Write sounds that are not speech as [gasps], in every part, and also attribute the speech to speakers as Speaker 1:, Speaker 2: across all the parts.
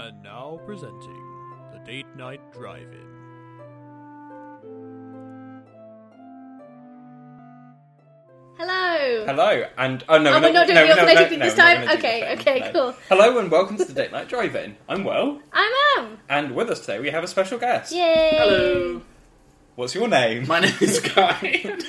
Speaker 1: And now presenting the Date Night Drive In.
Speaker 2: Hello.
Speaker 3: Hello, and oh no,
Speaker 2: Oh,
Speaker 3: we're
Speaker 2: we're not doing the
Speaker 3: no,
Speaker 2: alternating
Speaker 3: no,
Speaker 2: thing
Speaker 3: no,
Speaker 2: this
Speaker 3: we're
Speaker 2: time?
Speaker 3: not gonna do
Speaker 2: Okay,
Speaker 3: the
Speaker 2: okay, cool.
Speaker 3: Hello and welcome to the Date Night Drive-In. I'm well,
Speaker 2: I'm Am.
Speaker 3: and with us today we have a special guest.
Speaker 2: Yay.
Speaker 4: Hello,
Speaker 3: What's your name?
Speaker 4: [laughs] my name is Guy. [laughs]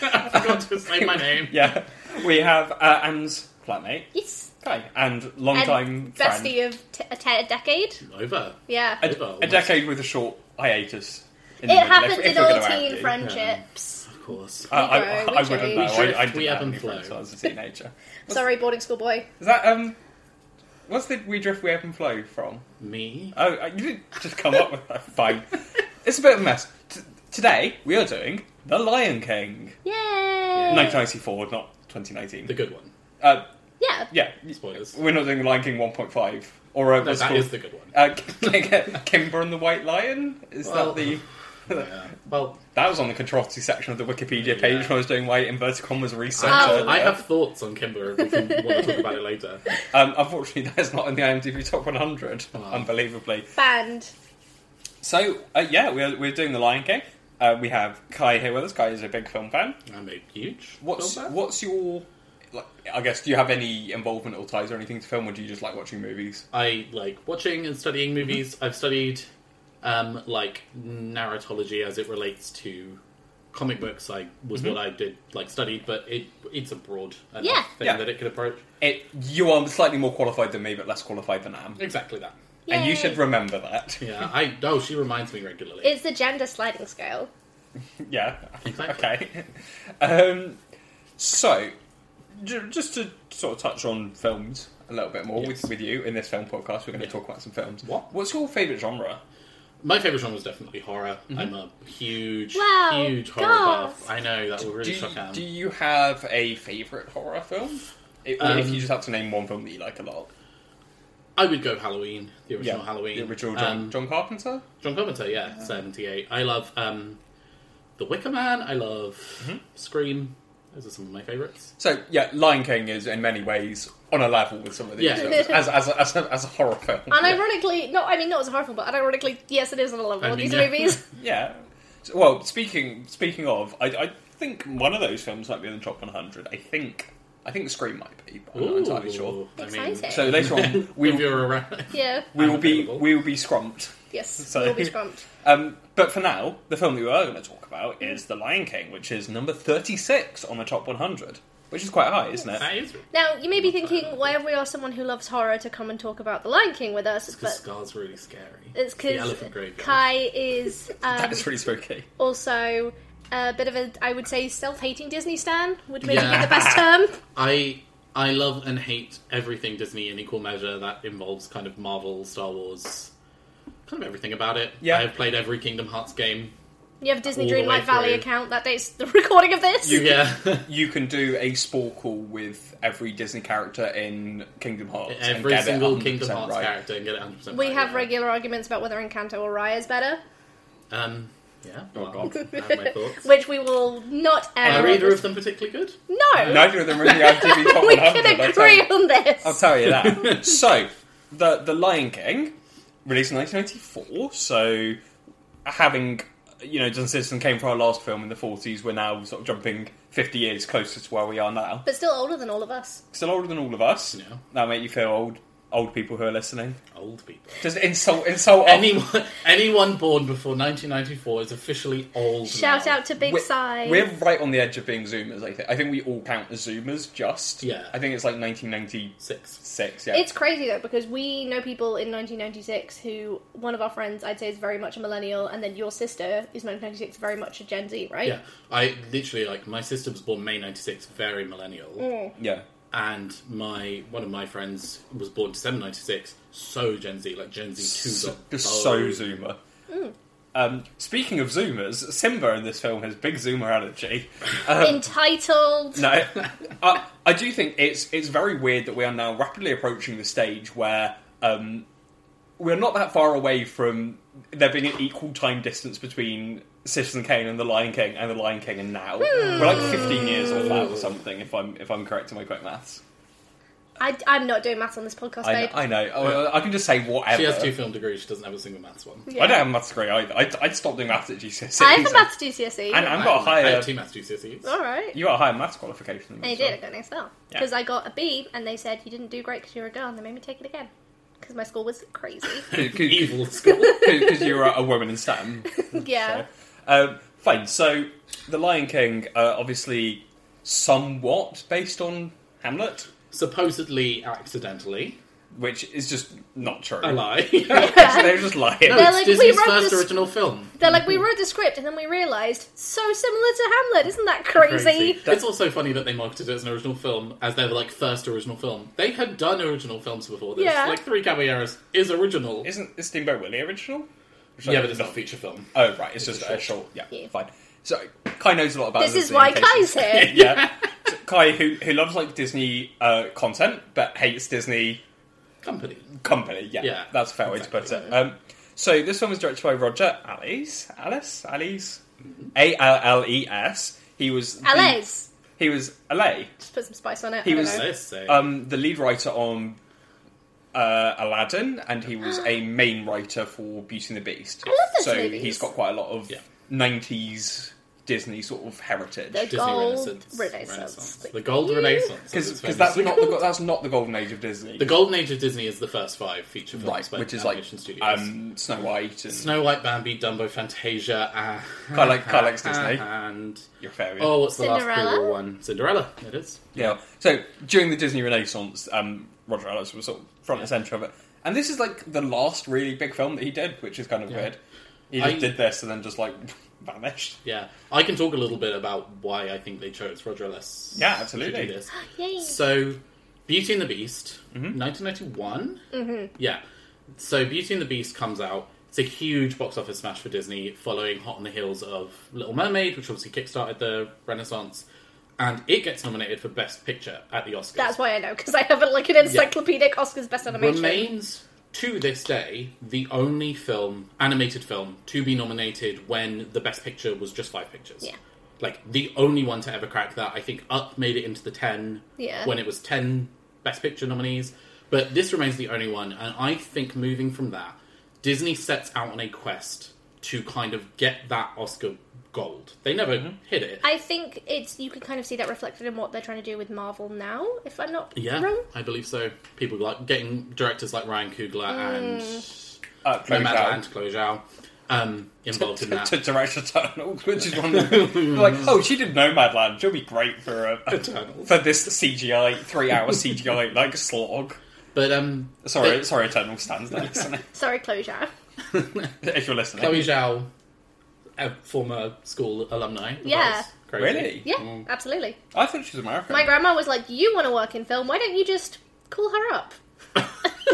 Speaker 4: I forgot to say my name.
Speaker 3: [laughs] yeah, we have uh, Anne's flatmate,
Speaker 2: Yes.
Speaker 3: Kai, and long-time
Speaker 2: and
Speaker 3: friend.
Speaker 2: bestie of t- a, te- a decade.
Speaker 4: Over.
Speaker 2: Yeah.
Speaker 3: A,
Speaker 2: it
Speaker 4: Ever,
Speaker 3: a
Speaker 4: almost.
Speaker 3: decade with a short hiatus. In the middle,
Speaker 2: happens
Speaker 3: if- if
Speaker 2: in
Speaker 3: we're
Speaker 2: all
Speaker 3: gonna out
Speaker 2: teen
Speaker 3: you.
Speaker 2: friendships.
Speaker 4: Of course.
Speaker 3: Uh, I,
Speaker 2: grow,
Speaker 3: I,
Speaker 2: we
Speaker 3: I wouldn't
Speaker 2: change.
Speaker 3: know.
Speaker 4: We
Speaker 3: I, I
Speaker 4: drift,
Speaker 3: didn't
Speaker 4: we
Speaker 3: have
Speaker 4: ebb
Speaker 3: any
Speaker 4: and flow.
Speaker 3: friends when I was a teenager.
Speaker 2: Sorry, boarding school
Speaker 3: [laughs]
Speaker 2: boy.
Speaker 3: Is that um? What's the we drift, we ebb and flow from?
Speaker 4: Me.
Speaker 3: Oh, I- you didn't just come up with that. Fine. It's a bit of a mess. T- today, we are doing The Lion King.
Speaker 2: Yay.
Speaker 3: 1994, not
Speaker 4: The
Speaker 3: 2019.
Speaker 4: good one.
Speaker 3: Uh,
Speaker 2: Yeah.
Speaker 3: yeah.
Speaker 4: Spoilers.
Speaker 3: We're not doing The Lion King 1.5. Or uh,
Speaker 4: No,
Speaker 3: what's
Speaker 4: that
Speaker 3: it called?
Speaker 4: is the good one.
Speaker 3: Uh, like, Kimber and the White Lion? Is
Speaker 4: Well-
Speaker 3: that the...
Speaker 4: [laughs] Yeah. Well,
Speaker 3: That was on the controversy section of the Wikipedia page
Speaker 4: Yeah.
Speaker 3: when I was doing my inverted commas research.
Speaker 2: Oh.
Speaker 4: I,
Speaker 3: earlier.
Speaker 4: I have thoughts on Kimber. If we can, want to talk about it [laughs] later.
Speaker 3: Um, unfortunately, [laughs] that's not in the IMDb top 100,
Speaker 4: Wow.
Speaker 3: unbelievably.
Speaker 2: Band.
Speaker 3: So, uh, yeah, we're, we're doing The Lion King. Uh, we have Kai here with us. Kai is a big film fan.
Speaker 4: I'm a huge.
Speaker 3: What's
Speaker 4: film fan.
Speaker 3: what's your like? I guess do you have any involvement or ties or anything to film, or do you just like watching movies?
Speaker 4: I like watching and studying movies. I've studied um, like narratology as it relates to comic books. I was what I did like studied, but it it's a broad enough
Speaker 2: Yeah.
Speaker 4: thing
Speaker 3: Yeah.
Speaker 4: that it could approach.
Speaker 3: It, you are slightly more qualified than me, but less qualified than I am,
Speaker 4: Exactly that.
Speaker 3: and
Speaker 2: Yay.
Speaker 3: you should remember that. [laughs]
Speaker 4: Yeah. I oh, she reminds me regularly.
Speaker 2: It's the gender sliding scale.
Speaker 3: Yeah.
Speaker 4: Exactly.
Speaker 3: Okay. Um, so, j- just to sort of touch on films a little bit more
Speaker 4: Yes.
Speaker 3: with, with you in this film podcast, we're going to
Speaker 4: Yeah.
Speaker 3: talk about some films.
Speaker 4: What?
Speaker 3: What's your favourite genre?
Speaker 4: My favorite genre is definitely horror.
Speaker 3: Mm-hmm.
Speaker 4: I'm a huge,
Speaker 2: Wow,
Speaker 4: huge horror
Speaker 2: gosh.
Speaker 4: buff. I know that will really
Speaker 3: do, you,
Speaker 4: shock Anne.
Speaker 3: do you have a favourite horror film? I
Speaker 4: Um,
Speaker 3: if you just have to name one film that you like a lot.
Speaker 4: I would go Halloween, the original Halloween,
Speaker 3: The original John,
Speaker 4: um,
Speaker 3: John Carpenter?
Speaker 4: John Carpenter, yeah, seventy-eight. I love um, the Wicker Man. I love
Speaker 3: Mm-hmm.
Speaker 4: Scream. Those are some of my favorites.
Speaker 3: So yeah, Lion King is in many ways on a level with some of these
Speaker 4: Yeah.
Speaker 3: films as as a, as, a, as a horror film.
Speaker 2: And ironically, no, I mean, not as horrible, but ironically, yes, it is on a level
Speaker 4: I
Speaker 2: of
Speaker 4: mean,
Speaker 2: these
Speaker 4: yeah.
Speaker 3: [laughs]
Speaker 2: movies.
Speaker 3: Yeah. So, well, speaking speaking of, I, I think one of those films might be in the top 100. I think I think Scream might be, but I'm not entirely sure.
Speaker 4: I mean,
Speaker 2: Exciting.
Speaker 3: So later
Speaker 4: [laughs]
Speaker 3: on, we
Speaker 4: if
Speaker 3: will,
Speaker 4: you're around,
Speaker 2: yeah.
Speaker 3: we will be
Speaker 4: Unavailable.
Speaker 3: we will be scrumped.
Speaker 2: Yes.
Speaker 3: So-
Speaker 2: we'll be scrumped.
Speaker 3: Um, but for now, the film that we are going to talk about is The Lion King, which is number 36 on the top 100, which is quite high, isn't it?
Speaker 4: that is
Speaker 2: Now, you may be thinking, why have we asked someone who loves horror to come and talk about The Lion King with us?
Speaker 4: because
Speaker 2: But
Speaker 4: Scar's really scary.
Speaker 2: it's
Speaker 4: the
Speaker 2: because
Speaker 4: elephant graveyard.
Speaker 2: Kai is um,
Speaker 3: [laughs] That is pretty spooky.
Speaker 2: also a bit of a, I would say, self-hating Disney stan would maybe be
Speaker 4: Yeah.
Speaker 2: the best term.
Speaker 4: I I love and hate everything Disney in equal measure that involves kind of Marvel, Star Wars, kind of everything about it.
Speaker 3: Yeah.
Speaker 4: I have played every Kingdom Hearts game.
Speaker 2: You have a Disney
Speaker 4: All the way
Speaker 2: Dreamlight Valley
Speaker 4: through.
Speaker 2: account. That dates the [laughs] recording of this.
Speaker 4: Yeah, [laughs]
Speaker 3: You can do a sporkle with every Disney character in Kingdom Hearts. and
Speaker 4: every
Speaker 3: get it
Speaker 4: single
Speaker 3: 100%
Speaker 4: Kingdom Hearts
Speaker 3: right.
Speaker 4: character and get it 100. percent
Speaker 2: we have
Speaker 4: yeah.
Speaker 2: regular arguments about whether Encanto or Raya is better,
Speaker 4: Um, yeah.
Speaker 3: Oh,
Speaker 4: well,
Speaker 3: God.
Speaker 4: I have my thoughts.
Speaker 2: which we will not air.
Speaker 4: Are
Speaker 2: on
Speaker 4: either
Speaker 2: this-
Speaker 4: of them particularly good?
Speaker 2: No, [laughs]
Speaker 3: Neither of them really are IMDb top
Speaker 2: we
Speaker 3: 100.
Speaker 2: can
Speaker 3: I'll tell
Speaker 2: agree
Speaker 3: you-
Speaker 2: on this.
Speaker 3: I'll tell
Speaker 2: [laughs]
Speaker 3: you that. so, the the Lion King, released in 1994. So, having you know, John Citizen came for our last film in the 40s. We're now sort of jumping 50 years closer to where we are now.
Speaker 2: but still older than all of us.
Speaker 3: Still older than all of us.
Speaker 4: Yeah.
Speaker 3: That make you feel old. Old people who are listening.
Speaker 4: Old people.
Speaker 3: Just insult insult our-
Speaker 4: Anyone, [laughs] anyone born before 1994 is officially old.
Speaker 2: Shout
Speaker 4: now.
Speaker 2: out to Big
Speaker 3: We're,
Speaker 2: Side.
Speaker 3: we're right on the edge of being Zoomers. I think. I think we all count as Zoomers. Just.
Speaker 4: Yeah.
Speaker 3: I think it's like 1996.
Speaker 4: six.
Speaker 3: Yeah.
Speaker 2: It's crazy though because we know people in 1996 who one of our friends I'd say is very much a millennial, and then your sister is 1996 very much a Gen Z, right?
Speaker 4: Yeah, I literally like my sister was born May 96, very millennial.
Speaker 2: Mm.
Speaker 3: yeah.
Speaker 4: and my one of my friends was born December '96, so Gen Z, like Gen Z two. oh.
Speaker 3: so, just so zoomer.
Speaker 2: Hmm.
Speaker 3: Um, speaking of zoomers, Simba in this film has big zoomer allergy.
Speaker 2: Entitled.
Speaker 3: No, I, I do think it's it's very weird that we are now rapidly approaching the stage where um, we're not that far away from there being an equal time distance between Citizen Kane and The Lion King and The Lion King and now. We're like 15 years off that or something. If I'm if I'm correct in my quick maths.
Speaker 2: I, am not doing maths on this podcast,
Speaker 3: I,
Speaker 2: babe.
Speaker 3: kn- I know. Oh, I can just say whatever.
Speaker 4: She has two film degrees. She doesn't have a single maths one.
Speaker 2: Yeah.
Speaker 3: I don't have a maths degree either. I, I'd stopped doing maths at GCSE.
Speaker 2: I have a
Speaker 3: so-
Speaker 2: maths GCSE.
Speaker 3: And I've got a
Speaker 4: I
Speaker 3: higher. Oh.
Speaker 4: have two maths GCSEs.
Speaker 2: E. All right.
Speaker 3: You got a higher maths qualification. Than
Speaker 2: And
Speaker 3: me,
Speaker 2: I
Speaker 3: so-
Speaker 2: did. I got an XL
Speaker 3: Yeah.
Speaker 2: because I got a B, and they said you didn't do great because you were a girl, and they made me take it again because my school was crazy.
Speaker 3: [laughs]
Speaker 4: Evil school.
Speaker 3: because you're uh, a woman in STEM.
Speaker 2: yeah.
Speaker 3: Um, fine. So, The Lion King, uh, obviously, somewhat based on Hamlet,
Speaker 4: Supposedly, accidentally.
Speaker 3: which is just not true.
Speaker 4: A lie.
Speaker 3: [laughs] So they're just lying.
Speaker 4: No,
Speaker 2: They're
Speaker 4: it's
Speaker 2: like, we
Speaker 4: Disney's
Speaker 2: wrote
Speaker 4: first
Speaker 2: this-
Speaker 4: original film.
Speaker 2: They're like, we wrote the script, and then we realised so similar to Hamlet. Isn't that crazy?
Speaker 4: It's also funny that they marketed it as an original film, as their like first original film. They had done original films before this.
Speaker 2: Yeah.
Speaker 4: Like Three Caballeros is original.
Speaker 3: Isn't is Steamboat Willie original? Which I
Speaker 4: yeah, but it's
Speaker 3: love.
Speaker 4: not a feature film.
Speaker 3: Oh, right. It's, just a short. Yeah,
Speaker 2: Yeah.
Speaker 3: fine. So Kai knows a lot about
Speaker 2: This is
Speaker 3: in
Speaker 2: why Kai's
Speaker 3: case-
Speaker 2: here. [laughs]
Speaker 3: [laughs] yeah. So Kai, who who loves like Disney uh, content but hates Disney
Speaker 4: Company.
Speaker 3: company. Yeah,
Speaker 4: Yeah,
Speaker 3: that's a fair way to put it. Um, so this one was directed by Roger Alice. Alice. Alice.
Speaker 4: Mm-hmm.
Speaker 3: A L L E S. He was the-
Speaker 2: Alice,
Speaker 3: He was LA.
Speaker 2: just put some spice on it.
Speaker 3: He
Speaker 2: I don't
Speaker 3: was-
Speaker 2: know.
Speaker 4: Let's say.
Speaker 3: Um, the lead writer on uh, Aladdin, and he was a main writer for Beauty and the Beast.
Speaker 2: I love those
Speaker 3: so
Speaker 2: movies.
Speaker 3: he's got quite a lot of
Speaker 4: Yeah.
Speaker 3: '90s Disney sort of heritage.
Speaker 2: The
Speaker 4: Disney
Speaker 2: gold
Speaker 4: Renaissance.
Speaker 2: Renaissance.
Speaker 4: The Gold Renaissance. as it's
Speaker 3: because that's
Speaker 4: famously
Speaker 3: not
Speaker 4: called.
Speaker 3: the, that's not the golden age of Disney.
Speaker 4: The Golden Age of Disney is the first five feature films,
Speaker 3: right,
Speaker 4: by
Speaker 3: which is like
Speaker 4: animation studios.
Speaker 3: um, Snow White and
Speaker 4: Snow White, Bambi, Dumbo, Fantasia, uh,
Speaker 3: Kinda like- kinda like Disney.
Speaker 4: and
Speaker 3: your fairy.
Speaker 4: oh, what's the last
Speaker 2: Cinderella?
Speaker 4: Google one? Cinderella. It is.
Speaker 3: Yeah. So during the Disney Renaissance, um, Roger Ellis was sort of front and centre of it. And this is like the last really big film that he did, which is kind of
Speaker 4: Yeah.
Speaker 3: weird. He just
Speaker 4: I-
Speaker 3: did this and then just like [laughs] vanished.
Speaker 4: Yeah, I can talk a little bit about why I think they chose Roger Ellis.
Speaker 3: Yeah, absolutely.
Speaker 4: To do this.
Speaker 2: Yay.
Speaker 4: So, Beauty and the Beast, 1991. Mm-hmm. Yeah. So, Beauty and the Beast comes out. It's a huge box office smash for Disney, following Hot on the Heels of Little Mermaid, which obviously kickstarted the Renaissance, and it gets nominated for Best Picture at the Oscars.
Speaker 2: That's why I know because I have it like an encyclopedic Oscars best animation.
Speaker 4: remains to this day the only film animated film to be nominated when the best picture was just five pictures
Speaker 2: Yeah.
Speaker 4: like the only one to ever crack that i think up made it into the 10
Speaker 2: Yeah.
Speaker 4: when it was 10 best picture nominees but this remains the only one and i think moving from that disney sets out on a quest to kind of get that oscar gold they never hit it
Speaker 2: I think it's you can kind of see that reflected in what they're trying to do with Marvel now. If I'm not
Speaker 4: yeah
Speaker 2: wrong,
Speaker 4: i believe so people like getting directors like ryan coogler
Speaker 2: Mm.
Speaker 4: and
Speaker 3: Uh,
Speaker 4: no matter
Speaker 3: Clover
Speaker 4: and Chloe Zhao um, involved
Speaker 3: [laughs]
Speaker 4: in
Speaker 3: to,
Speaker 4: that.
Speaker 3: to direct Eternals, which is one
Speaker 4: [laughs]
Speaker 3: of the, like, oh, she did Nomadland. She'll be great for a,
Speaker 4: Eternals.
Speaker 3: for this CGI three hour CGI [laughs] like slog.
Speaker 4: But um,
Speaker 3: Sorry,
Speaker 4: but
Speaker 3: sorry, Eternal stands
Speaker 4: [laughs]
Speaker 3: there. isn't
Speaker 2: sorry, closure.
Speaker 3: it? if you're listening,
Speaker 4: Chloe Zhao, a former school alumni. of
Speaker 2: Yeah.
Speaker 4: ours. Crazy.
Speaker 3: really?
Speaker 2: Yeah, absolutely.
Speaker 3: I thought she was American.
Speaker 2: My grandma was like, "You want to work in film? Why don't you just call her up?"
Speaker 4: [laughs] [laughs]
Speaker 2: [laughs]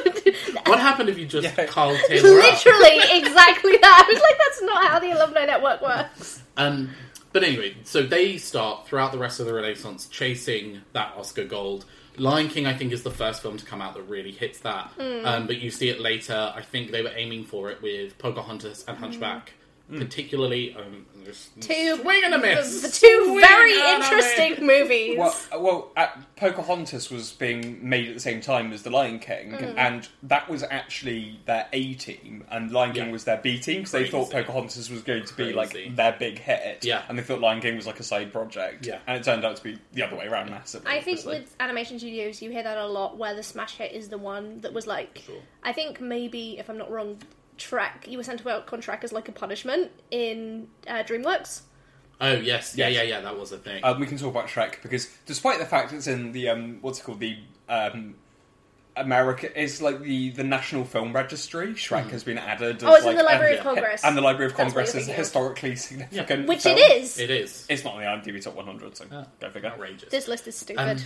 Speaker 4: What happened if you just
Speaker 3: Yeah. [laughs]
Speaker 4: Carl Taylor up?
Speaker 2: Literally, exactly that. I was like, "That's not how the alumni network works."
Speaker 4: Um, but anyway, so they start throughout the rest of the Renaissance chasing that Oscar gold. Lion King, I think, is the first film to come out that really hits that.
Speaker 2: Hmm.
Speaker 4: Um, but you see it later. I think they were aiming for it with Pocahontas and Hunchback,
Speaker 3: Hmm.
Speaker 4: particularly. Um, there's
Speaker 2: Hmm. Two
Speaker 4: swing and a miss.
Speaker 2: The two
Speaker 4: Swing
Speaker 2: very
Speaker 4: and a miss.
Speaker 2: interesting movies.
Speaker 3: Well, uh, well, uh, Pocahontas was being made at the same time as The Lion King,
Speaker 2: Mm.
Speaker 3: and that was actually their A team, and Lion King
Speaker 4: Yeah.
Speaker 3: was their B team because they thought
Speaker 4: Crazy.
Speaker 3: Pocahontas was going to be
Speaker 4: Crazy.
Speaker 3: like their big hit,
Speaker 4: Yeah.
Speaker 3: and they thought Lion King was like a side project,
Speaker 4: Yeah.
Speaker 3: and it turned out to be the other way around massively.
Speaker 2: I think
Speaker 3: obviously.
Speaker 2: with animation studios, you hear that a lot, where the smash hit is the one that was like.
Speaker 4: Sure.
Speaker 2: I think maybe, if I'm not wrong, track you were sent to work on track as like a punishment in uh, DreamWorks.
Speaker 4: Oh yes, yeah,
Speaker 3: Yes.
Speaker 4: yeah, yeah. That was a thing.
Speaker 3: um, we can talk about Shrek because despite the fact it's in the um, what's it called the um, America, it's like the the National Film Registry. Shrek has been added.
Speaker 2: Oh,
Speaker 3: as,
Speaker 2: it's in
Speaker 3: like,
Speaker 2: the Library
Speaker 3: and,
Speaker 2: of Congress.
Speaker 3: and the Library of
Speaker 2: That's what
Speaker 3: Congress
Speaker 2: you're
Speaker 3: is a
Speaker 2: thinking of.
Speaker 3: historically significant,
Speaker 4: Yeah.
Speaker 2: Which
Speaker 3: film.
Speaker 2: it is.
Speaker 4: it is
Speaker 3: It's not on the IMDb top 100, so go figure.
Speaker 4: outrageous.
Speaker 2: This list is stupid.
Speaker 4: Um,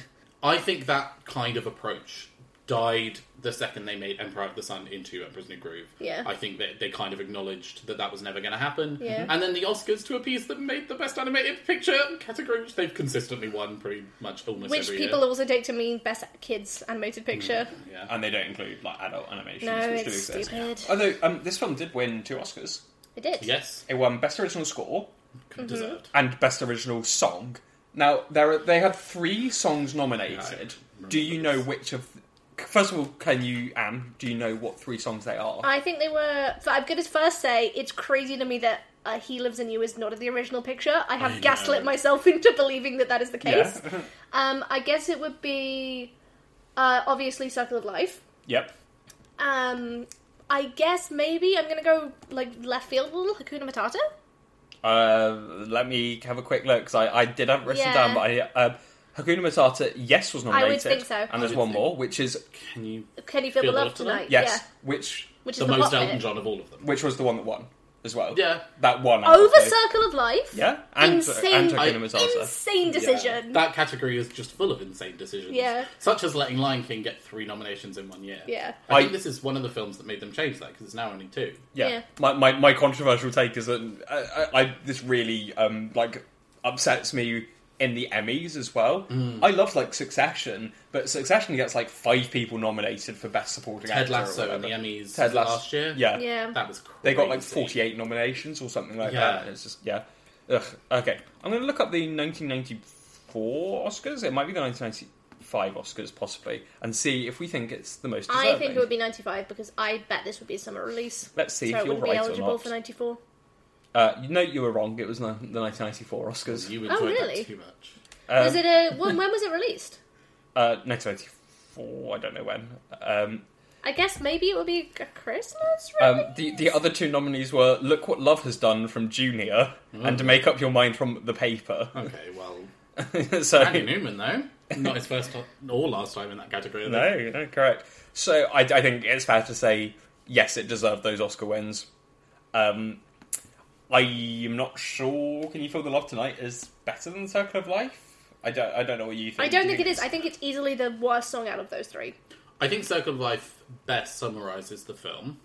Speaker 4: I think that kind of approach died the second they made Emperor of the Sun into Emperor's New Groove.
Speaker 2: Yeah.
Speaker 4: I think that they kind of acknowledged that that was never going to happen.
Speaker 2: Yeah.
Speaker 4: And then the Oscars to appease them made the best animated picture category, which they've consistently won pretty much almost
Speaker 2: Which
Speaker 4: every
Speaker 2: people
Speaker 4: year.
Speaker 2: also take to mean best kids animated
Speaker 4: Hmm.
Speaker 2: picture.
Speaker 4: Yeah. Uh,
Speaker 3: And they don't include like adult animations,
Speaker 2: No,
Speaker 3: which do
Speaker 2: it's
Speaker 3: exist.
Speaker 2: stupid.
Speaker 3: Although um, this film did win two Oscars.
Speaker 2: It did.
Speaker 4: Yes,
Speaker 3: It won Best Original Score
Speaker 2: Mm-hmm.
Speaker 4: deserved.
Speaker 3: and Best Original Song. Now there are, they had three songs nominated.
Speaker 4: remember
Speaker 3: do you know which of? First of all, can you Am? Do you know what three songs they are?
Speaker 2: I think they were. So I'm going to first say it's crazy to me that uh, He Lives in You is not of the original picture. I have
Speaker 4: I know.
Speaker 2: gaslit myself [laughs] into believing that that is the
Speaker 3: Yeah.
Speaker 2: case. Um, I guess it would be uh, obviously Circle of Life.
Speaker 3: [laughs] yep.
Speaker 2: Um, I guess maybe I'm gonna go like left field a little Hakuna Matata.
Speaker 3: Uh, let me have a quick look because I, I did have it written
Speaker 2: Yeah.
Speaker 3: down, but I, uh, Hakuna Matata, yes, was nominated.
Speaker 2: think so.
Speaker 3: And there's
Speaker 4: I would
Speaker 3: one
Speaker 4: think-
Speaker 3: more, which is
Speaker 4: Can you?
Speaker 2: Can you feel, the
Speaker 4: Feel
Speaker 2: love,
Speaker 4: Love
Speaker 2: tonight?
Speaker 4: Tonight?
Speaker 3: yes,
Speaker 2: Yeah,
Speaker 3: which
Speaker 2: which is
Speaker 4: The
Speaker 2: the,
Speaker 4: most
Speaker 2: plot bit.
Speaker 4: Elton John of all of them.
Speaker 3: which was the one that won as well.
Speaker 4: Yeah.
Speaker 3: that one out of
Speaker 2: Over
Speaker 3: those.
Speaker 2: Circle of Life.
Speaker 3: Yeah, and uh, and
Speaker 2: Insane.
Speaker 3: Hakuna Matata.
Speaker 2: Insane decision. Yeah.
Speaker 4: That category is just full of insane decisions.
Speaker 2: Yeah.
Speaker 4: Such as letting Lion King get three nominations in one year.
Speaker 2: Yeah.
Speaker 4: I,
Speaker 3: I-
Speaker 4: think this is one of the films that made them change that because it's now only two.
Speaker 3: yeah.
Speaker 2: Yeah.
Speaker 3: My, my my controversial take is that uh, I, I, I this really um like upsets me in the Emmys as well.
Speaker 4: Hmm.
Speaker 3: I love like Succession, but Succession gets like five people nominated for best supporting
Speaker 4: Ted
Speaker 3: actor. or
Speaker 4: Lasso and the
Speaker 3: whatever.
Speaker 4: Emmys
Speaker 3: Ted Lasso
Speaker 4: last year.
Speaker 3: Yeah.
Speaker 4: That was crazy.
Speaker 3: They got like 48 nominations or something like
Speaker 4: Yeah.
Speaker 3: that. It's just yeah. Ugh. Okay. I'm going to look up the 1994 Oscars. It might be the 1995 Oscars possibly and see if we think it's the most deserving.
Speaker 2: I think it would be 95 because I bet this would be a summer release.
Speaker 3: Let's see
Speaker 2: so
Speaker 3: if
Speaker 2: it
Speaker 3: you're
Speaker 2: wouldn't
Speaker 3: right
Speaker 2: be
Speaker 3: or
Speaker 2: eligible
Speaker 3: not.
Speaker 2: for 94.
Speaker 3: Uh, no, you were wrong. It was the 1994 Oscars.
Speaker 4: You
Speaker 2: Oh,
Speaker 4: enjoyed
Speaker 2: really?
Speaker 4: that too much.
Speaker 3: Um,
Speaker 2: was it a when, when was it released?
Speaker 3: Uh, 1994. I don't know when. Um,
Speaker 2: I guess maybe it would be a Christmas.
Speaker 3: [laughs] um,
Speaker 2: Really?
Speaker 3: the the other two nominees were "Look What Love Has Done" from Junior
Speaker 4: Mm.
Speaker 3: and "To Make Up Your Mind" from The Paper. [laughs]
Speaker 4: Okay, well,
Speaker 3: so
Speaker 4: Andy Newman though, not his first to- or last time in that category. I think.
Speaker 3: no, no, correct. So I, I think it's fair to say yes, it deserved those Oscar wins. Um, I am not sure. Can you feel the love tonight is better than Circle of Life? I don't. I don't know what you think.
Speaker 2: I don't
Speaker 3: Do
Speaker 2: think
Speaker 3: you-
Speaker 2: it is. I think it's easily the worst song out of those three.
Speaker 4: I think Circle of Life best summarizes the film.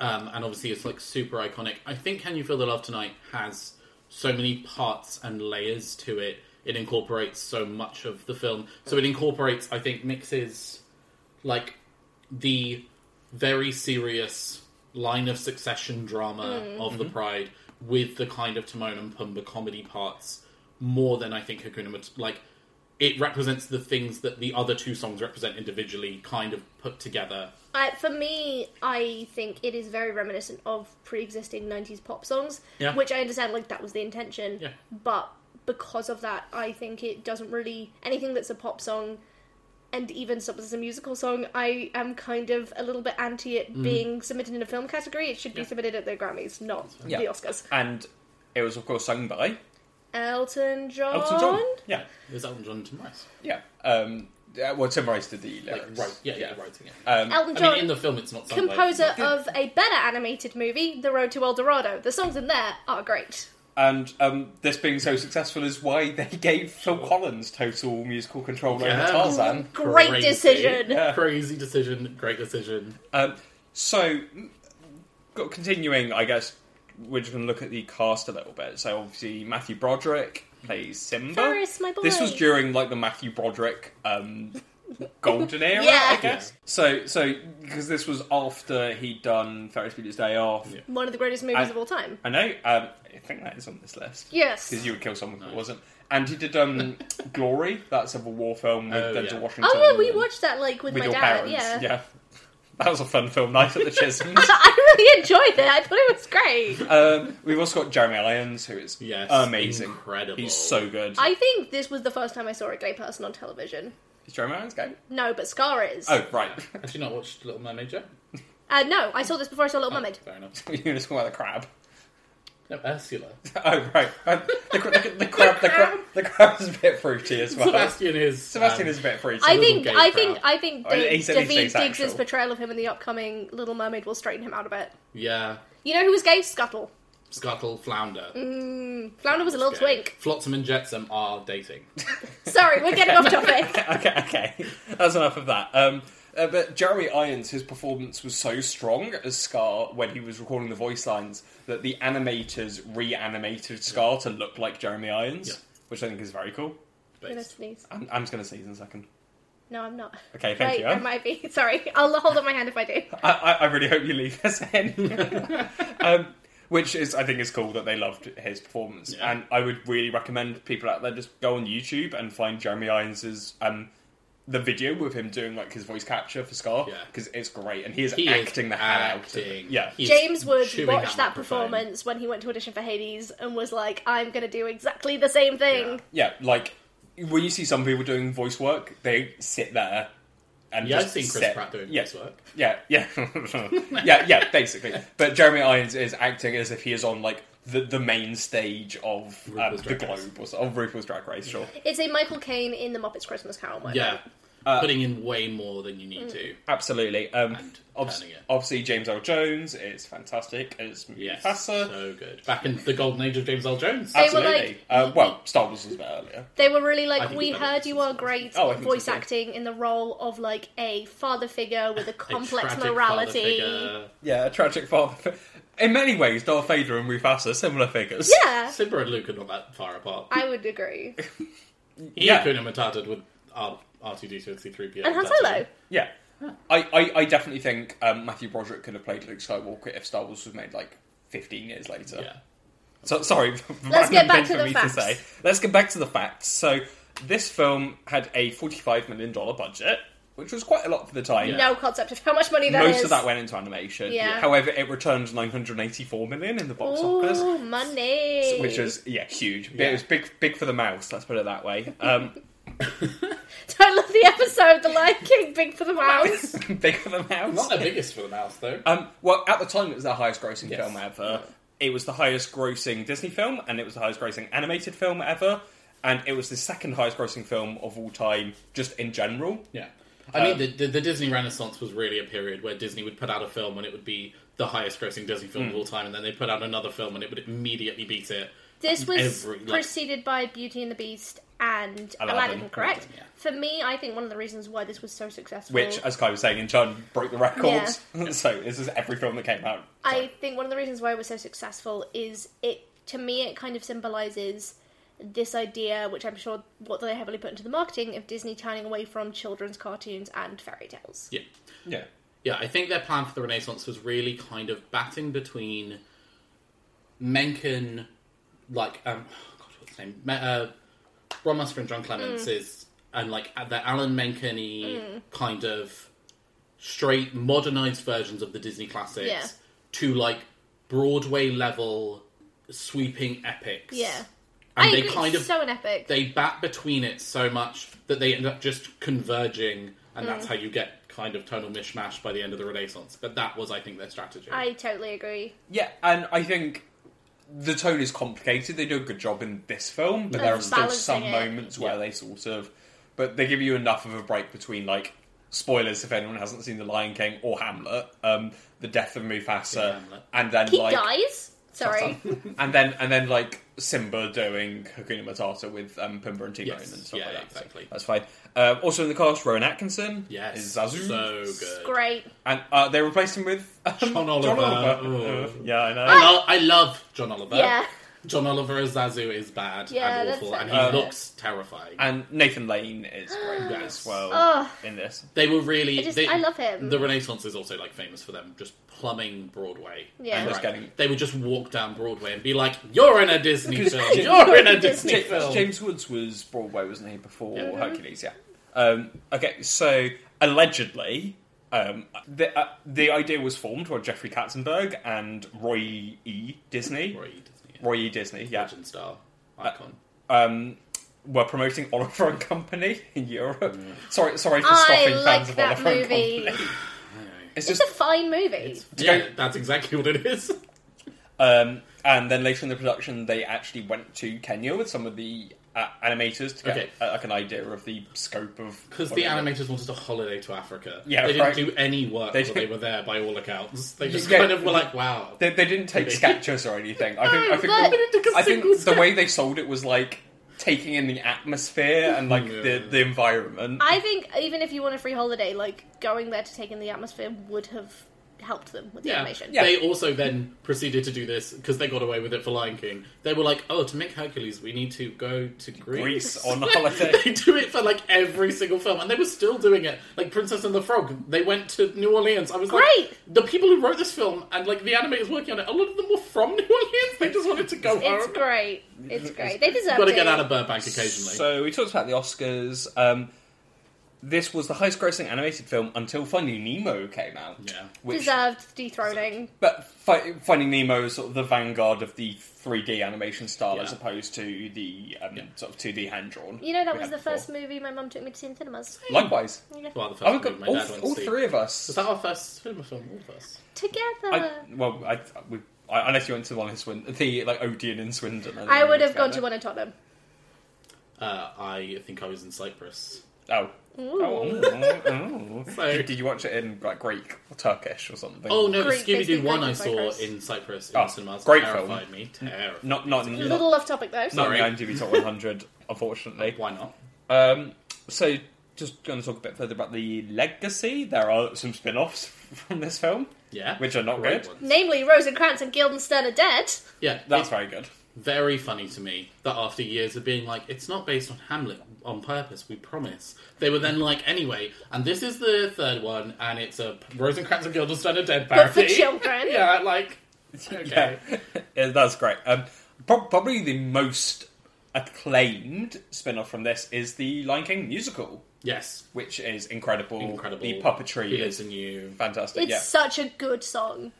Speaker 4: Um, and obviously, it's like super iconic. I think Can You Feel the Love Tonight has so many parts and layers to it. It incorporates so much of the film. So it incorporates, I think, mixes like the very serious line of succession drama of the Pride with the kind of Timon and Pumbaa comedy parts more than I think Hakuna Mat- like it represents the things that the other two songs represent individually, kind of put together.
Speaker 2: I, for me, I think it is very reminiscent of pre-existing '90s pop songs,
Speaker 4: Yeah.
Speaker 2: which I understand like that was the intention.
Speaker 4: Yeah.
Speaker 2: But because of that, I think it doesn't really anything that's a pop song, and even something that's a musical song. I am kind of a little bit anti it being submitted in a film category. It should be
Speaker 4: Mm. Yeah.
Speaker 2: submitted at the Grammys, not
Speaker 3: Yeah.
Speaker 2: the Oscars.
Speaker 3: And it was of course sung by
Speaker 2: Elton John.
Speaker 3: Elton John. Yeah.
Speaker 4: There's Elton John and Tim Rice.
Speaker 3: Yeah. Um, uh, well, Tim Rice did the
Speaker 4: Like,
Speaker 3: lyrics.
Speaker 4: right, yeah, yeah, writing it.
Speaker 3: Um,
Speaker 2: Elton
Speaker 4: I
Speaker 2: Uh, John,
Speaker 4: mean, in the film, it's not sung by-
Speaker 2: composer of a better animated movie, The Road to El Dorado. The songs in there are great.
Speaker 3: and um, this being so successful is why they gave Phil Collins total musical control
Speaker 4: Yeah.
Speaker 3: over Tarzan.
Speaker 2: Great
Speaker 4: Crazy.
Speaker 2: decision.
Speaker 3: Yeah.
Speaker 4: [laughs] Crazy decision, great decision.
Speaker 3: Um, so, m- got- continuing, I guess we're just going to look at the cast a little bit. So, obviously, Matthew Broderick plays Simba.
Speaker 2: Ferris, my boy.
Speaker 3: This was during like the Matthew Broderick um, golden
Speaker 2: [laughs]
Speaker 3: era,
Speaker 2: Yeah.
Speaker 3: I guess. So, so because this was after he'd done Ferris Bueller's Day Off.
Speaker 4: Yeah.
Speaker 2: one of the greatest movies
Speaker 3: I-
Speaker 2: of all time.
Speaker 3: I know. Um, I think that is on this list.
Speaker 2: Yes.
Speaker 3: because you would kill someone if it wasn't. And he did um,
Speaker 4: [laughs]
Speaker 3: Glory, that Civil War film with
Speaker 4: Oh,
Speaker 3: Denzel
Speaker 4: yeah.
Speaker 3: Washington.
Speaker 2: Oh yeah, we
Speaker 3: and-
Speaker 2: watched that like with,
Speaker 3: with
Speaker 2: my
Speaker 3: your
Speaker 2: dad.
Speaker 3: parents.
Speaker 2: Yeah.
Speaker 3: [laughs] that was a fun film night at the Chisholms.
Speaker 2: [laughs] I really enjoyed it. I thought it was great.
Speaker 3: um, we've also got Jeremy Irons, who is
Speaker 4: Yes,
Speaker 3: amazing,
Speaker 4: incredible.
Speaker 3: He's so good.
Speaker 2: I think this was the first time I saw a gay person on television.
Speaker 3: Is Jeremy Irons gay?
Speaker 2: No, but Scar is.
Speaker 3: Oh right, [laughs]
Speaker 4: Have you not watched Little Mermaid yet?
Speaker 2: Uh, no, I saw this before I saw Little
Speaker 3: Oh.
Speaker 2: Mermaid.
Speaker 4: Fair enough.
Speaker 3: you're going to talk about the crab. [laughs]
Speaker 4: No, Ursula. [laughs]
Speaker 3: Oh right, Um, the, cra- the, the crab, the crab, the crab is a bit fruity as well.
Speaker 4: Sebastian is.
Speaker 3: Sebastian
Speaker 4: um,
Speaker 3: is a bit fruity.
Speaker 2: I
Speaker 4: little
Speaker 2: think,
Speaker 4: gay
Speaker 2: I think,
Speaker 4: crowd.
Speaker 2: I think,
Speaker 3: Oh, he
Speaker 2: Dave-
Speaker 3: said he
Speaker 2: David
Speaker 3: thinks actual.
Speaker 2: Diggs' portrayal of him in the upcoming Little Mermaid will straighten him out a bit.
Speaker 4: Yeah.
Speaker 2: You know who was gay? Scuttle. Hmm,
Speaker 4: Scuttle, Flounder.
Speaker 2: Flounder Mm, was a little twink.
Speaker 4: Flotsam and Jetsam are dating.
Speaker 2: [laughs] Sorry, we're getting
Speaker 3: [laughs]
Speaker 2: off topic.
Speaker 3: [laughs] okay, okay, that's enough of that. Um, uh, but Jeremy Irons, his performance was so strong as Scar when he was recording the voice lines that the animators reanimated Scar to look like Jeremy Irons,
Speaker 4: Yeah.
Speaker 3: which I think is very cool.
Speaker 2: I'm gonna
Speaker 4: Based.
Speaker 2: sneeze.
Speaker 3: I'm, I'm just going to sneeze in a second.
Speaker 2: No, I'm not.
Speaker 3: Okay, thank
Speaker 2: Wait,
Speaker 3: you,
Speaker 2: I
Speaker 3: Em.
Speaker 2: might be. Sorry, I'll hold up my hand if I do.
Speaker 4: [laughs]
Speaker 3: I, I, I really hope you leave this in. um, Which is, I think, is cool that they loved his performance,
Speaker 4: Yeah.
Speaker 3: and I would really recommend people out there just go on YouTube and find Jeremy Irons's um, the video with him doing like his voice capture for Scar
Speaker 4: Yeah.
Speaker 3: because it's great, and he is
Speaker 4: He is
Speaker 3: acting the hell out of it.
Speaker 4: acting.
Speaker 3: Yeah,
Speaker 4: He's
Speaker 2: James Woods
Speaker 4: chewing
Speaker 2: watched that
Speaker 4: microphone.
Speaker 2: performance when he went to audition for Hades and was like, I'm going to do exactly the same thing.
Speaker 3: yeah,
Speaker 4: Yeah.
Speaker 3: like when you see some people doing voice work, they sit there and
Speaker 4: Yeah,
Speaker 3: just
Speaker 4: I've seen Chris
Speaker 3: sit.
Speaker 4: Pratt doing
Speaker 3: yeah.
Speaker 4: this work.
Speaker 3: Yeah, yeah, [laughs] yeah, yeah. Basically, but Jeremy Irons is acting as if he is on like the, the main stage of um,
Speaker 4: RuPaul's
Speaker 3: the
Speaker 4: Drag Race.
Speaker 3: globe or so, of RuPaul's Drag Race. Sure.
Speaker 2: It's a Michael Caine in the Muppets Christmas Carol moment.
Speaker 4: Yeah,
Speaker 2: Uh,
Speaker 4: putting in way more than you
Speaker 2: Mm.
Speaker 4: need to.
Speaker 3: Absolutely. Um, obs-
Speaker 4: turning it.
Speaker 3: obviously, James L. Jones is fantastic as
Speaker 4: Yes,
Speaker 3: Mufasa.
Speaker 4: so good. Back in the golden age of James L. Jones.
Speaker 2: They were
Speaker 3: Absolutely.
Speaker 2: like-
Speaker 3: uh, well, Star Wars was a bit earlier.
Speaker 2: They were really
Speaker 4: I
Speaker 2: like,
Speaker 4: think
Speaker 2: we
Speaker 4: that
Speaker 2: heard
Speaker 4: was-
Speaker 2: you are great
Speaker 3: Oh, I
Speaker 2: at
Speaker 3: think
Speaker 2: voice
Speaker 3: so, too.
Speaker 2: acting in the role of like a father figure
Speaker 3: [laughs]
Speaker 2: with a
Speaker 4: A
Speaker 2: complex
Speaker 4: tragic father
Speaker 2: morality.
Speaker 4: figure.
Speaker 3: Yeah, a tragic father. In many ways, Darth Vader and Mufasa similar figures. [laughs]
Speaker 2: Yeah,
Speaker 4: Simba and Luke are not that far apart.
Speaker 2: I would agree.
Speaker 3: Yeah.
Speaker 4: Yeah, Kuna Matata with R two D two and C three PO.
Speaker 2: And Han Solo.
Speaker 3: Yeah. I, I, I definitely think um, Matthew Broderick could have played Luke Skywalker if Star Wars was made like 15 years later.
Speaker 4: Yeah.
Speaker 3: So sorry. [laughs]
Speaker 2: Let's
Speaker 3: random
Speaker 2: get back
Speaker 3: thing
Speaker 2: to
Speaker 3: for
Speaker 2: the
Speaker 3: me
Speaker 2: facts.
Speaker 3: say. Let's get back to the facts. So this film had a 45 million dollar budget, which was quite a lot for the time.
Speaker 4: Yeah.
Speaker 2: No concept of how much money that is.
Speaker 3: Most of that went into animation.
Speaker 2: Yeah.
Speaker 3: However, it returned 984 million in the box
Speaker 2: Ooh,
Speaker 3: office,
Speaker 2: money.
Speaker 3: which is yeah huge.
Speaker 4: Yeah.
Speaker 3: It was big, big for the mouse. Let's put it
Speaker 2: [laughs]
Speaker 3: that way. Um,
Speaker 2: I love the episode, The Lion King, Big for the Mouse.
Speaker 3: [laughs] big for the mouse.
Speaker 4: Not their biggest for the mouse though.
Speaker 3: Um, well, at the time, it was their highest grossing
Speaker 4: Yes.
Speaker 3: film ever. It was the highest grossing Disney film, and it was the highest grossing animated film ever. And it was the second highest grossing film of all time, just in general.
Speaker 4: Yeah. I mean,
Speaker 3: Um,
Speaker 4: the, the, the Disney Renaissance was really a period where Disney would put out a film and it would be the highest grossing Disney film of all time, and then they put out another film and it would immediately beat it.
Speaker 2: [laughs] This was
Speaker 4: Every- like-
Speaker 2: preceded by Beauty and the Beast and
Speaker 3: Aladdin.
Speaker 2: Aladdin, correct?
Speaker 4: Aladdin, yeah. uh,
Speaker 2: For me, I think one of the reasons why this was so successful.
Speaker 3: Which, as Kai was saying, in turn broke the records. [laughs] so this is every film that came out.
Speaker 2: I think one of the reasons why it was so successful is it to me it kind of symbolizes this idea, which I'm sure what they heavily put into the marketing of Disney turning away from children's cartoons and fairy tales.
Speaker 4: Yeah.
Speaker 3: Yeah,
Speaker 4: Yeah, I think their plan for the Renaissance was really kind of batting between Mencken, like, um, [sighs] oh God, what's his name? Me- uh, Ron Musker and John Clements is, and like the Alan Menken
Speaker 2: Mm.
Speaker 4: kind of straight modernized versions of the Disney classics
Speaker 2: Yeah.
Speaker 4: to like Broadway level sweeping epics.
Speaker 2: Yeah.
Speaker 4: And
Speaker 2: I
Speaker 4: they
Speaker 2: agree,
Speaker 4: kind
Speaker 2: it's
Speaker 4: of
Speaker 2: so an epic.
Speaker 4: they bat between it so much that they end up just converging, and that's
Speaker 2: Mm.
Speaker 4: how you get kind of tonal mishmash by the end of the Renaissance. But that was, I think, their strategy.
Speaker 2: I totally agree.
Speaker 3: yeah, and I think the tone is complicated. They do a good job in this film, but there are
Speaker 2: Of
Speaker 3: still some
Speaker 2: balancing it.
Speaker 3: moments where
Speaker 4: Yeah.
Speaker 3: they sort of, but they give you enough of a break between like spoilers if anyone hasn't seen The Lion King or Hamlet, um, the death of
Speaker 4: Yeah,
Speaker 3: Mufasa,
Speaker 4: Hamlet.
Speaker 3: and then
Speaker 2: He
Speaker 3: like
Speaker 2: dies. Sorry.
Speaker 3: [laughs] and then and then like Simba doing Hakuna Matata with um, Pumbaa and Timon
Speaker 4: Yes.
Speaker 3: and stuff
Speaker 4: Yeah,
Speaker 3: like that.
Speaker 4: exactly.
Speaker 3: So that's fine. Uh, also in the cast, Rowan Atkinson
Speaker 4: yes,
Speaker 3: is Zazu,
Speaker 4: so good.
Speaker 2: Great.
Speaker 3: and uh, they replaced him with um,
Speaker 4: John Oliver.
Speaker 3: Oliver.
Speaker 4: Ooh.
Speaker 3: yeah, I know.
Speaker 4: I, lo- I love John Oliver.
Speaker 2: Yeah.
Speaker 4: John Oliver as Zazu is bad
Speaker 2: Yeah,
Speaker 4: and
Speaker 2: that's
Speaker 4: awful,
Speaker 2: so
Speaker 4: and he
Speaker 2: bad.
Speaker 4: looks terrifying.
Speaker 3: And Nathan Lane is great as well
Speaker 2: Oh.
Speaker 3: in this.
Speaker 4: they were really.
Speaker 2: I just-
Speaker 4: they-
Speaker 2: I love him.
Speaker 4: The Renaissance is also like famous for them just plumbing Broadway.
Speaker 2: Yeah.
Speaker 4: and,
Speaker 2: Just
Speaker 4: like,
Speaker 3: getting-
Speaker 4: they would just walk down Broadway and be like, "You're in a Disney film.
Speaker 3: Because-
Speaker 4: You're in a
Speaker 2: Because-
Speaker 4: Disney
Speaker 3: Ja-
Speaker 4: film."
Speaker 3: James Woods was Broadway, wasn't he, before
Speaker 4: Yeah.
Speaker 3: Hercules? Yeah. Um, okay, so allegedly, um, the uh, the idea was formed by Jeffrey Katzenberg and Roy E. Disney.
Speaker 4: Roy Disney.
Speaker 3: Roy E. Disney, yeah,
Speaker 4: Legend star icon.
Speaker 3: um, were promoting [laughs] Oliver and Company in Europe.
Speaker 4: Mm.
Speaker 3: Sorry, sorry for
Speaker 2: I
Speaker 3: stopping fans
Speaker 2: like
Speaker 3: of
Speaker 2: that
Speaker 3: Oliver and
Speaker 2: movie.
Speaker 3: Company. It's
Speaker 2: It's
Speaker 3: just
Speaker 2: a fine
Speaker 3: Uh,
Speaker 2: movie.
Speaker 4: Yeah, that's exactly what it is.
Speaker 3: Um, and then later in the production, they actually went to Kenya with some of the uh, animators to get
Speaker 4: Okay.
Speaker 3: uh, like an idea of the scope of
Speaker 4: Because the
Speaker 3: whatever.
Speaker 4: animators wanted a holiday to Africa.
Speaker 3: Yeah,
Speaker 4: they didn't
Speaker 3: right.
Speaker 4: do any work
Speaker 3: They
Speaker 4: while
Speaker 3: [laughs]
Speaker 4: they
Speaker 3: did-
Speaker 4: were there, by all accounts. They just
Speaker 3: Yeah.
Speaker 4: kind of were like, "Wow."
Speaker 3: They, they didn't take
Speaker 4: Maybe.
Speaker 3: sketches or anything. I think I think,
Speaker 2: No,
Speaker 3: the,
Speaker 2: but-
Speaker 4: They took a
Speaker 3: I think
Speaker 4: single
Speaker 3: the
Speaker 4: step.
Speaker 3: way they sold it was like taking in the atmosphere and like the,
Speaker 4: Yeah.
Speaker 3: the environment.
Speaker 2: I think even if you want a free holiday, like going there to take in the atmosphere would have helped them with the
Speaker 4: Yeah.
Speaker 2: animation.
Speaker 3: Yeah.
Speaker 4: They also then proceeded to do this because they got away with it for Lion King. They were like, "Oh, to make Hercules, we need to go to Greece." [laughs]
Speaker 3: Greece on holiday.
Speaker 4: they do it for like every single film, and they were still doing it. Like Princess and the Frog, they went to New Orleans. I was like,
Speaker 2: Great.
Speaker 4: the people who wrote this film and like the animators working on it, a lot of them were from [laughs] New Orleans. They just wanted to go
Speaker 2: It's
Speaker 4: home.
Speaker 2: great. It's great. They deserve
Speaker 4: Got to
Speaker 2: it.
Speaker 4: get out of Burbank occasionally.
Speaker 3: So we talked about the Oscars. Um, this was the highest-grossing animated film until Finding Nemo came out.
Speaker 4: Yeah.
Speaker 3: which,
Speaker 2: Deserved dethroning.
Speaker 3: but Fi- Finding Nemo is sort of the vanguard of the 3D animation style, as
Speaker 4: Yeah.
Speaker 3: opposed to the um, sort of 2D hand-drawn.
Speaker 2: You know, that
Speaker 3: we
Speaker 2: was
Speaker 3: had
Speaker 2: the
Speaker 3: before.
Speaker 2: first movie my mum took me to see in cinemas.
Speaker 3: Likewise,
Speaker 2: Yeah.
Speaker 4: well, the first
Speaker 3: oh my
Speaker 4: movie
Speaker 3: god,
Speaker 4: my
Speaker 3: all,
Speaker 4: dad went
Speaker 3: all
Speaker 4: to see.
Speaker 3: three of us.
Speaker 4: Was that our first cinema film? All of us.
Speaker 2: Together.
Speaker 3: I,
Speaker 2: I,
Speaker 3: well, I, we, I, unless you went to the one in Swindon, the like Odeon in Swindon. and then
Speaker 2: would
Speaker 3: we
Speaker 2: have gone to
Speaker 3: together.
Speaker 2: one in Tottenham.
Speaker 4: Uh, I think I was in Cyprus.
Speaker 3: Oh.
Speaker 2: Ooh.
Speaker 3: Oh, oh, oh.
Speaker 4: [laughs] So-
Speaker 3: Did, did you watch it in like Greek or Turkish or something?
Speaker 4: Oh no,
Speaker 2: Greek,
Speaker 4: Scooby Doo
Speaker 2: basically
Speaker 4: one
Speaker 2: Greek
Speaker 4: I
Speaker 2: in
Speaker 4: saw
Speaker 2: Cyprus.
Speaker 4: in Cyprus in
Speaker 3: Oh,
Speaker 4: the cinemas.
Speaker 3: great
Speaker 4: terrified
Speaker 3: film.
Speaker 4: me. Terrified.
Speaker 3: Not not in,
Speaker 2: A
Speaker 3: not,
Speaker 2: little off topic though.
Speaker 3: not
Speaker 4: Sorry.
Speaker 3: in the IMDb top 100,
Speaker 4: [laughs]
Speaker 3: unfortunately.
Speaker 4: Why not?
Speaker 3: Um, so just going to talk a bit further about the legacy. There are some spin-offs [laughs] from this film,
Speaker 4: Yeah,
Speaker 3: which are not
Speaker 4: Great
Speaker 3: good.
Speaker 4: ones.
Speaker 2: Namely, Rosencrantz and Guildenstern are dead.
Speaker 4: Yeah,
Speaker 3: That's
Speaker 4: it's
Speaker 3: very good.
Speaker 4: very funny to me that after years of being like, it's not based on Hamlet on purpose. We promise. They were then like, anyway, and this is the third one, and it's a Rosencrantz and Guildenstern are dead
Speaker 2: But for
Speaker 4: parody.
Speaker 2: children.
Speaker 4: [laughs] yeah, like okay,
Speaker 3: [laughs] Yeah. [laughs] Yeah, that's great. Um, prob- probably the most acclaimed spin-off from this is the Lion King musical,
Speaker 4: yes,
Speaker 3: which is incredible.
Speaker 4: incredible.
Speaker 3: The puppetry
Speaker 4: He
Speaker 3: is
Speaker 4: lives in you.
Speaker 3: fantastic.
Speaker 2: It's
Speaker 3: yeah.
Speaker 2: such a good song.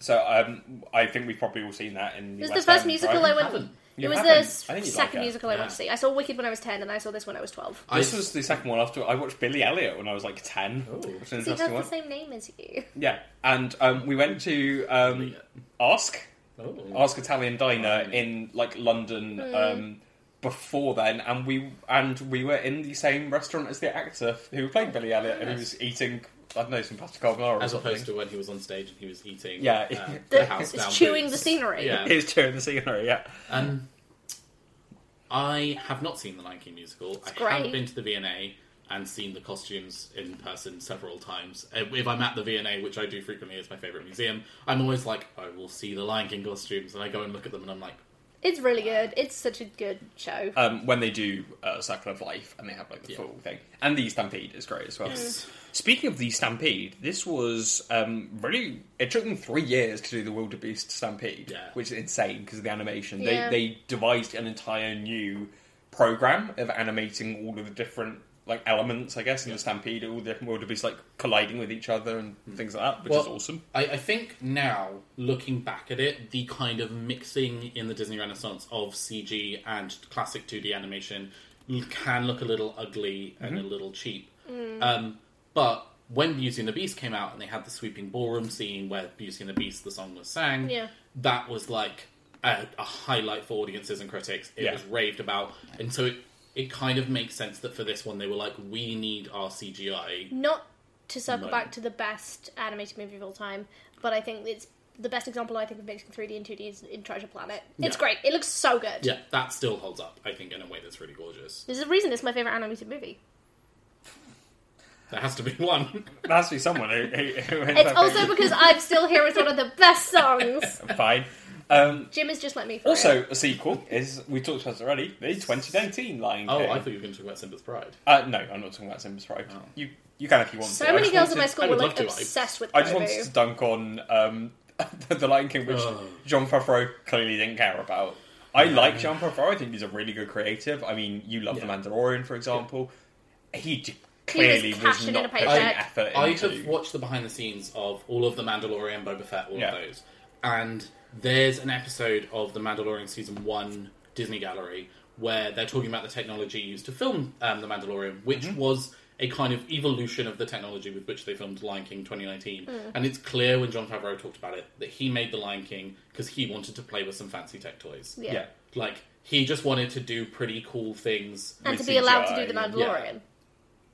Speaker 3: So um, I think we've probably all seen that in. The
Speaker 2: It was
Speaker 3: West
Speaker 2: the first
Speaker 3: End,
Speaker 2: musical
Speaker 3: right?
Speaker 2: I went.
Speaker 4: haven't.
Speaker 2: It
Speaker 3: You
Speaker 2: was
Speaker 3: haven't.
Speaker 2: the
Speaker 3: I think you'd
Speaker 2: second
Speaker 3: like it.
Speaker 2: musical I went
Speaker 4: Yeah.
Speaker 2: to see. I saw Wicked when I was ten, and I saw this when I was twelve.
Speaker 4: I
Speaker 3: This was the second one after I watched Billy Elliot when I was like ten.
Speaker 4: Oh.
Speaker 3: Which was an
Speaker 2: See, it has
Speaker 3: interesting
Speaker 2: the
Speaker 3: one.
Speaker 2: same name as you.
Speaker 3: Yeah, and um, we went to um, Ask
Speaker 4: Oh.
Speaker 3: Ask Italian Diner in like London um, before then, and we and we were in the same restaurant as the actor who played Billy Elliot, and he was eating I don't know some pasta carbonara or
Speaker 4: As
Speaker 3: something.
Speaker 4: opposed to when he was on stage and he was eating,
Speaker 3: Yeah.
Speaker 4: uh,
Speaker 2: [laughs]
Speaker 4: the,
Speaker 2: The-
Speaker 4: house down
Speaker 2: it's chewing the
Speaker 4: boots.
Speaker 2: scenery.
Speaker 3: [laughs]
Speaker 4: Yeah,
Speaker 3: he was chewing the scenery. Yeah,
Speaker 4: Um, I have not seen the Lion King musical. I have
Speaker 2: great.
Speaker 4: been to the V&A and seen the costumes in person several times. Uh, If I'm at the V&A, which I do frequently, it's my favorite museum. I'm always like, I will see the Lion King costumes, and I go and look at them, and I'm like,
Speaker 2: It's really good. It's such a good show.
Speaker 3: um, when they do uh, Circle of Life and they have like the
Speaker 4: Yeah.
Speaker 3: full thing, and the Stampede is great as well.
Speaker 4: Yes.
Speaker 3: Speaking of the Stampede, this was um, really. It took them three years to do the Wildebeest Stampede,
Speaker 4: Yeah.
Speaker 3: which is insane because of the animation.
Speaker 2: Yeah.
Speaker 3: They they devised an entire new program of animating all of the different like elements, I guess, in the Stampede, all the different wildebeest like colliding with each other and things like that, which is
Speaker 4: Hmm. Well,
Speaker 3: awesome.
Speaker 4: I, I think now, looking back at it, the kind of mixing in the Disney Renaissance of CG and classic 2D animation l- can look a little ugly and a little cheap. Um, but when Beauty and the Beast came out and they had the sweeping ballroom scene where Beauty and the Beast, the song was sang,
Speaker 2: Yeah.
Speaker 4: that was like a, a highlight for audiences and critics. It
Speaker 3: Yeah.
Speaker 4: was raved about. And so it, it kind of makes sense that for this one, they were like, we need our CGI.
Speaker 2: Not to circle
Speaker 4: No.
Speaker 2: back to the best animated movie of all time, but I think it's the best example I think of mixing 3D and 2D is in Treasure Planet. It's
Speaker 4: Yeah.
Speaker 2: great. It looks so good.
Speaker 4: Yeah, that still holds up, I think, in a way that's really gorgeous.
Speaker 2: There's a reason it's my favorite animated movie.
Speaker 4: There has to be [laughs] one.
Speaker 3: There has to be someone who. who, who
Speaker 2: It's also because I'm still here. It's one of the best songs.
Speaker 3: fine. Um,
Speaker 2: Jim has just let me. through it.
Speaker 3: also, a sequel is we talked about this already. The 2019 Lion
Speaker 4: Oh,
Speaker 3: King.
Speaker 4: I thought you were going to talk about Simba's Pride.
Speaker 3: Uh, no, I'm not talking about Sims Pride.
Speaker 4: Oh.
Speaker 3: You you can if you want
Speaker 2: so
Speaker 3: to. I
Speaker 2: many
Speaker 3: just
Speaker 2: girls in
Speaker 3: wanted-
Speaker 2: my school
Speaker 4: I
Speaker 2: were
Speaker 4: would
Speaker 2: like
Speaker 4: love to, I-
Speaker 2: obsessed with
Speaker 3: I just
Speaker 2: that
Speaker 3: wanted
Speaker 2: movie.
Speaker 3: to dunk on um, [laughs] the, the Lion King, which
Speaker 4: Oh.
Speaker 3: John Favreau clearly didn't care about. I like John Favreau. I think he's a really good creative. I mean, you love
Speaker 4: Yeah.
Speaker 3: The Mandalorian, for example. He d- clearly was,
Speaker 2: cashing in
Speaker 3: not
Speaker 2: a
Speaker 3: putting
Speaker 2: paycheck.
Speaker 3: effort
Speaker 4: I'd
Speaker 3: into.
Speaker 4: have watched the behind the scenes of all of The Mandalorian, Boba Fett, all
Speaker 3: Yeah.
Speaker 4: of those. And there's an episode of The Mandalorian Season 1 Disney Gallery where they're talking about the technology used to film um, The Mandalorian, which was a kind of evolution of the technology with which they filmed Lion King 2019.
Speaker 2: Mm.
Speaker 4: And it's clear when John Favreau talked about it that he made The Lion King because he wanted to play with some fancy tech toys.
Speaker 2: Yeah.
Speaker 3: yeah.
Speaker 4: Like, he just wanted to do pretty cool things.
Speaker 2: and to
Speaker 3: with
Speaker 2: be allowed to do
Speaker 3: CGI,
Speaker 2: the
Speaker 3: yeah.
Speaker 2: Mandalorian.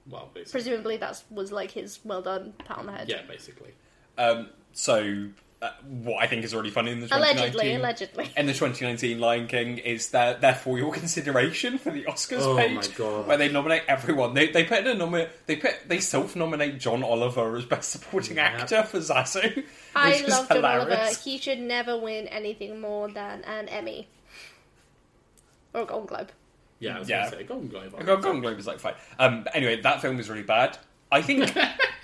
Speaker 4: Well, basically.
Speaker 2: Presumably, that was like his well done pat on the head.
Speaker 4: Yeah, basically.
Speaker 3: Um, so uh, what I think is already funny in the 2019
Speaker 2: Allegedly, allegedly.
Speaker 3: and the 2019 Lion King is there, there for your [laughs] consideration for the Oscars
Speaker 4: Oh my
Speaker 3: page,
Speaker 4: God.
Speaker 3: where they nominate everyone. They they put in a nomi- they put they self nominate John Oliver as best supporting
Speaker 4: Yeah.
Speaker 3: actor for Zazu. [laughs] Which
Speaker 2: I
Speaker 3: is
Speaker 2: love John Oliver.
Speaker 3: hilarious.
Speaker 2: He should never win anything more than an Emmy or a Golden Globe.
Speaker 4: Yeah, I was
Speaker 3: Yeah.
Speaker 4: going to say Golden Globe.
Speaker 3: Go- Golden Globe is like fine. Um, but anyway, that film is really bad. I
Speaker 4: [laughs]
Speaker 3: think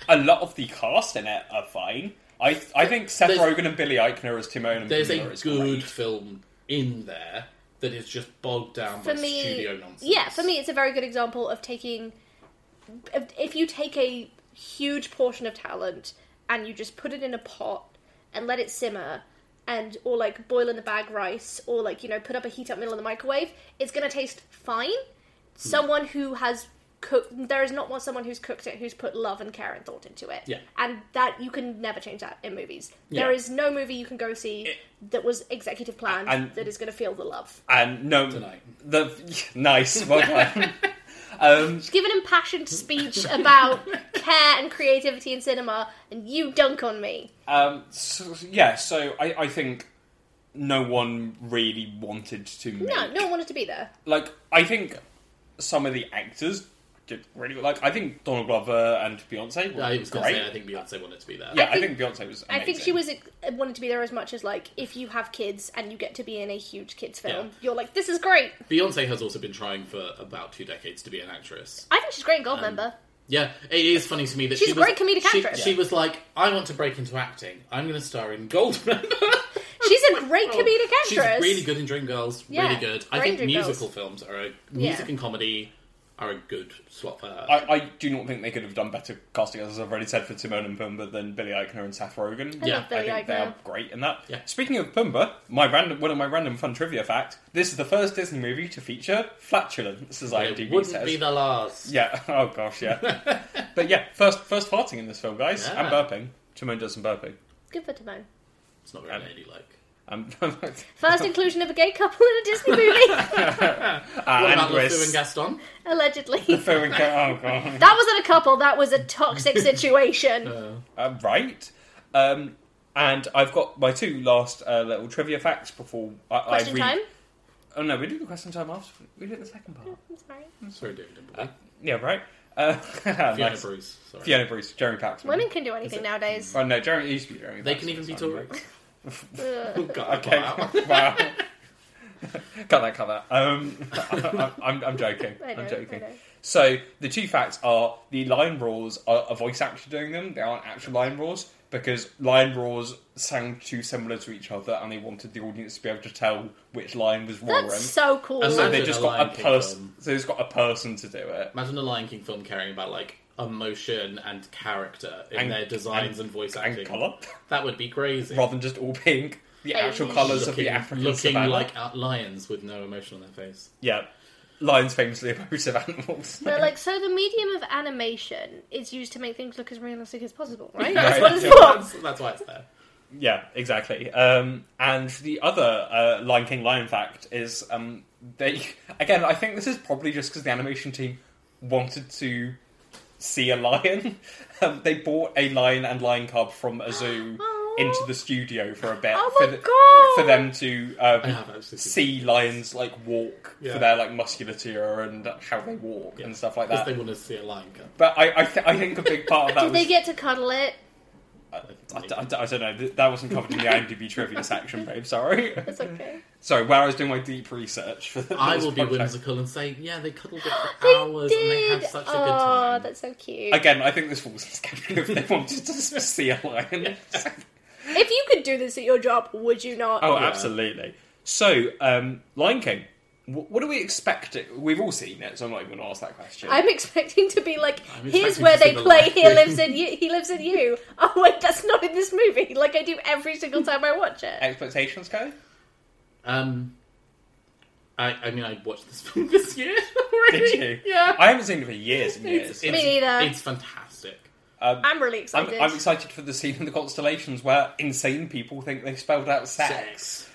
Speaker 3: a lot of the cast in it are fine. I I think Seth
Speaker 4: There's-
Speaker 3: Rogen and Billy Eichner as Timon and
Speaker 4: There's a
Speaker 3: Pumbaa is
Speaker 4: good
Speaker 3: great.
Speaker 4: film in there that is just bogged down
Speaker 2: For
Speaker 4: by
Speaker 2: me,
Speaker 4: studio nonsense.
Speaker 2: yeah, for me, it's a very good example of taking. if- If you take a huge portion of talent and you just put it in a pot and let it simmer, and or like boil in the bag rice, or like you know put up a heat up middle in the microwave, it's gonna taste fine.
Speaker 4: Hmm.
Speaker 2: Someone who has cooked, there is not one someone who's cooked it who's put love and care and thought into it.
Speaker 4: Yeah.
Speaker 2: and that you can never change that in movies. There
Speaker 4: Yeah.
Speaker 2: is no movie you can go see that was executive planned
Speaker 3: And-
Speaker 2: that is gonna feel the love.
Speaker 3: and no
Speaker 4: Tonight.
Speaker 3: the [laughs] nice well
Speaker 4: [laughs]
Speaker 3: done. um,
Speaker 2: give an impassioned speech about care and creativity in cinema, and you dunk on me.
Speaker 3: Um, so, yeah, so I, I think no one really wanted to make.
Speaker 2: No, no one wanted to be there.
Speaker 3: Like, I think some of the actors did really Like, I think Donald Glover and Beyonce were
Speaker 4: I was going to
Speaker 3: great.
Speaker 4: say I think Beyonce wanted to be there.
Speaker 3: yeah,
Speaker 2: I
Speaker 3: I
Speaker 2: think-
Speaker 3: think, Beyonce was.
Speaker 2: I think
Speaker 3: amazing.
Speaker 2: she was ex- wanted to be there as much as like if you have kids and you get to be in a huge kids film,
Speaker 4: Yeah.
Speaker 2: you're like, this is great.
Speaker 4: Beyonce has also been trying for about two decades to be an actress.
Speaker 2: I think she's great in Goldmember.
Speaker 4: Yeah, it is funny to me that
Speaker 2: She's
Speaker 4: she
Speaker 2: a
Speaker 4: was,
Speaker 2: great comedic
Speaker 4: she,
Speaker 2: actress.
Speaker 4: She was like, I want to break into acting. I'm going to star in Goldmember.
Speaker 2: she's a great [laughs] comedic
Speaker 4: Oh, She's
Speaker 2: actress.
Speaker 4: really good in Dreamgirls.
Speaker 2: Yeah,
Speaker 4: really good. I
Speaker 2: great
Speaker 4: think
Speaker 2: in Dreamgirls.
Speaker 4: musical films are a music and comedy are a good swap uh, for her.
Speaker 3: I, I do not think they could have done better casting, as I've already said, for Timon and Pumbaa than Billy Eichner and Seth Rogen.
Speaker 4: Yeah,
Speaker 2: love Billy
Speaker 3: I think they
Speaker 2: Eichner.
Speaker 3: are great in that.
Speaker 4: Yeah.
Speaker 3: Speaking of Pumbaa, my random one of my random fun trivia fact: this is the first Disney movie to feature flatulence, as
Speaker 4: it
Speaker 3: IMDb
Speaker 4: wouldn't
Speaker 3: says.
Speaker 4: be the last.
Speaker 3: Yeah. [laughs] Oh gosh. Yeah.
Speaker 4: [laughs]
Speaker 3: but yeah, first first farting in this film, guys,
Speaker 4: Yeah.
Speaker 3: and burping. Timon does some burping.
Speaker 2: Good for Timon.
Speaker 4: It's not very ladylike.
Speaker 3: Um, [laughs]
Speaker 2: First inclusion of a gay couple in a Disney movie,
Speaker 4: What
Speaker 3: and
Speaker 4: about LeFou
Speaker 3: with [laughs]
Speaker 4: and Gaston?
Speaker 2: Mm-hmm. allegedly.
Speaker 3: Lefou and Ga- oh god.
Speaker 2: That wasn't a couple. That was a toxic situation.
Speaker 3: Uh, right. Um, and I've got my two last uh, little trivia facts before I,
Speaker 2: Question
Speaker 3: I read.
Speaker 2: time.
Speaker 3: Oh no, we do the question time after. We do the second part.
Speaker 2: I'm sorry.
Speaker 4: Sorry, David and Bowie.
Speaker 3: Yeah. Right. Uh, [laughs]
Speaker 4: Fiona
Speaker 3: nice.
Speaker 4: Bruce. Sorry.
Speaker 3: Fiona Bruce. Jeremy Paxman.
Speaker 2: Women can do anything
Speaker 3: it-
Speaker 2: nowadays.
Speaker 3: Oh no, Jeremy it used to be Jeremy.
Speaker 4: They
Speaker 3: Paxman,
Speaker 4: can even be
Speaker 3: sorry.
Speaker 4: Tories.
Speaker 2: Ugh.
Speaker 4: [laughs] Oh, God,
Speaker 3: Okay.
Speaker 4: wow.
Speaker 2: [laughs]
Speaker 3: wow. cut that, cut that. Um, [laughs] I, am I'm joking.
Speaker 2: I know,
Speaker 3: I'm joking.
Speaker 2: I know.
Speaker 3: So the two facts are the lion roars are a voice actor doing them. They aren't actual lion roars because lion roars sound too similar to each other, and they wanted the audience to be able to tell which lion was roaring.
Speaker 2: That's so cool.
Speaker 4: And
Speaker 3: so
Speaker 4: Imagine
Speaker 3: they
Speaker 4: a
Speaker 3: just got
Speaker 4: Lion
Speaker 3: a
Speaker 4: King
Speaker 3: person.
Speaker 4: film.
Speaker 3: So they've got a person to do it.
Speaker 4: Imagine a Lion King film caring about like emotion and character in
Speaker 3: And-
Speaker 4: their designs and, voice acting.
Speaker 3: And colour,
Speaker 4: That would be crazy.
Speaker 3: rather than just all pink. The
Speaker 2: Hey,
Speaker 3: actual colours of the
Speaker 4: looking,
Speaker 3: African
Speaker 4: looking
Speaker 3: savannah.
Speaker 4: like out lions with no emotion on their face.
Speaker 3: yeah, lions famously [laughs] oppressive animals.
Speaker 2: But like, so the medium of animation is used to make things look as realistic as possible, right?
Speaker 4: Yeah.
Speaker 2: That's what it's
Speaker 3: [laughs] Yeah.
Speaker 2: for.
Speaker 4: That's, that's why it's there.
Speaker 3: Yeah, exactly. Um, and the other uh, Lion King lion fact is um, they [laughs] again. I think this is probably just because the animation team wanted to see a lion. [laughs] Um, they bought a lion and lion cub from
Speaker 2: [gasps]
Speaker 3: a zoo
Speaker 2: Aw.
Speaker 3: into the studio for a bit
Speaker 2: Oh
Speaker 3: for,
Speaker 2: my
Speaker 3: the-
Speaker 2: God.
Speaker 3: for them to
Speaker 4: I
Speaker 3: um,
Speaker 4: have actually seen
Speaker 3: see lions like walk
Speaker 4: Yeah.
Speaker 3: for their like musculature and how they walk and stuff like
Speaker 4: because
Speaker 3: that.
Speaker 4: they want to see a lion cub.
Speaker 3: But I, I, th- I think a
Speaker 2: [laughs]
Speaker 3: big part of that
Speaker 2: Did
Speaker 3: was
Speaker 2: they get to cuddle it?
Speaker 3: I, d- I d- I don't know. th- That wasn't covered in the IMDb trivia section, babe. Sorry. [laughs]
Speaker 2: That's
Speaker 4: Mm.
Speaker 2: okay.
Speaker 3: Sorry, where I was doing my deep research for the
Speaker 4: I will be whimsical and say, yeah, they cuddled it
Speaker 2: [gasps]
Speaker 4: for hours and they had such a good
Speaker 2: Oh,
Speaker 4: time.
Speaker 2: that's so cute.
Speaker 3: Again, I think this falls in category if they wanted to see a lion.
Speaker 2: If you could do this at your job, would you not?
Speaker 3: [laughs] Oh,
Speaker 4: Yeah.
Speaker 3: absolutely. So, um, Lion King. Wh- What do we expect? it- We've all seen it, so I'm not even going to ask that question.
Speaker 2: I'm expecting to be like,
Speaker 4: I'm
Speaker 2: here's
Speaker 4: expecting
Speaker 2: where
Speaker 4: to
Speaker 2: they
Speaker 4: see the
Speaker 2: play.
Speaker 4: lion.
Speaker 2: He lives in you. He lives in you. [laughs] Oh wait, that's not in this movie. Like I do every single time I watch it.
Speaker 3: Expectations, Kelly?
Speaker 4: Um, I, I mean, I watched this [laughs] film this
Speaker 2: [laughs]
Speaker 4: year already.
Speaker 3: Did you?
Speaker 4: [laughs] Yeah.
Speaker 3: I haven't seen it for years and years.
Speaker 4: It's-
Speaker 2: Me neither.
Speaker 4: It's fantastic.
Speaker 3: Um,
Speaker 2: I'm really
Speaker 3: I'm,
Speaker 2: excited.
Speaker 3: I'm excited for the scene in the Constellations where insane people think they spelled out sex.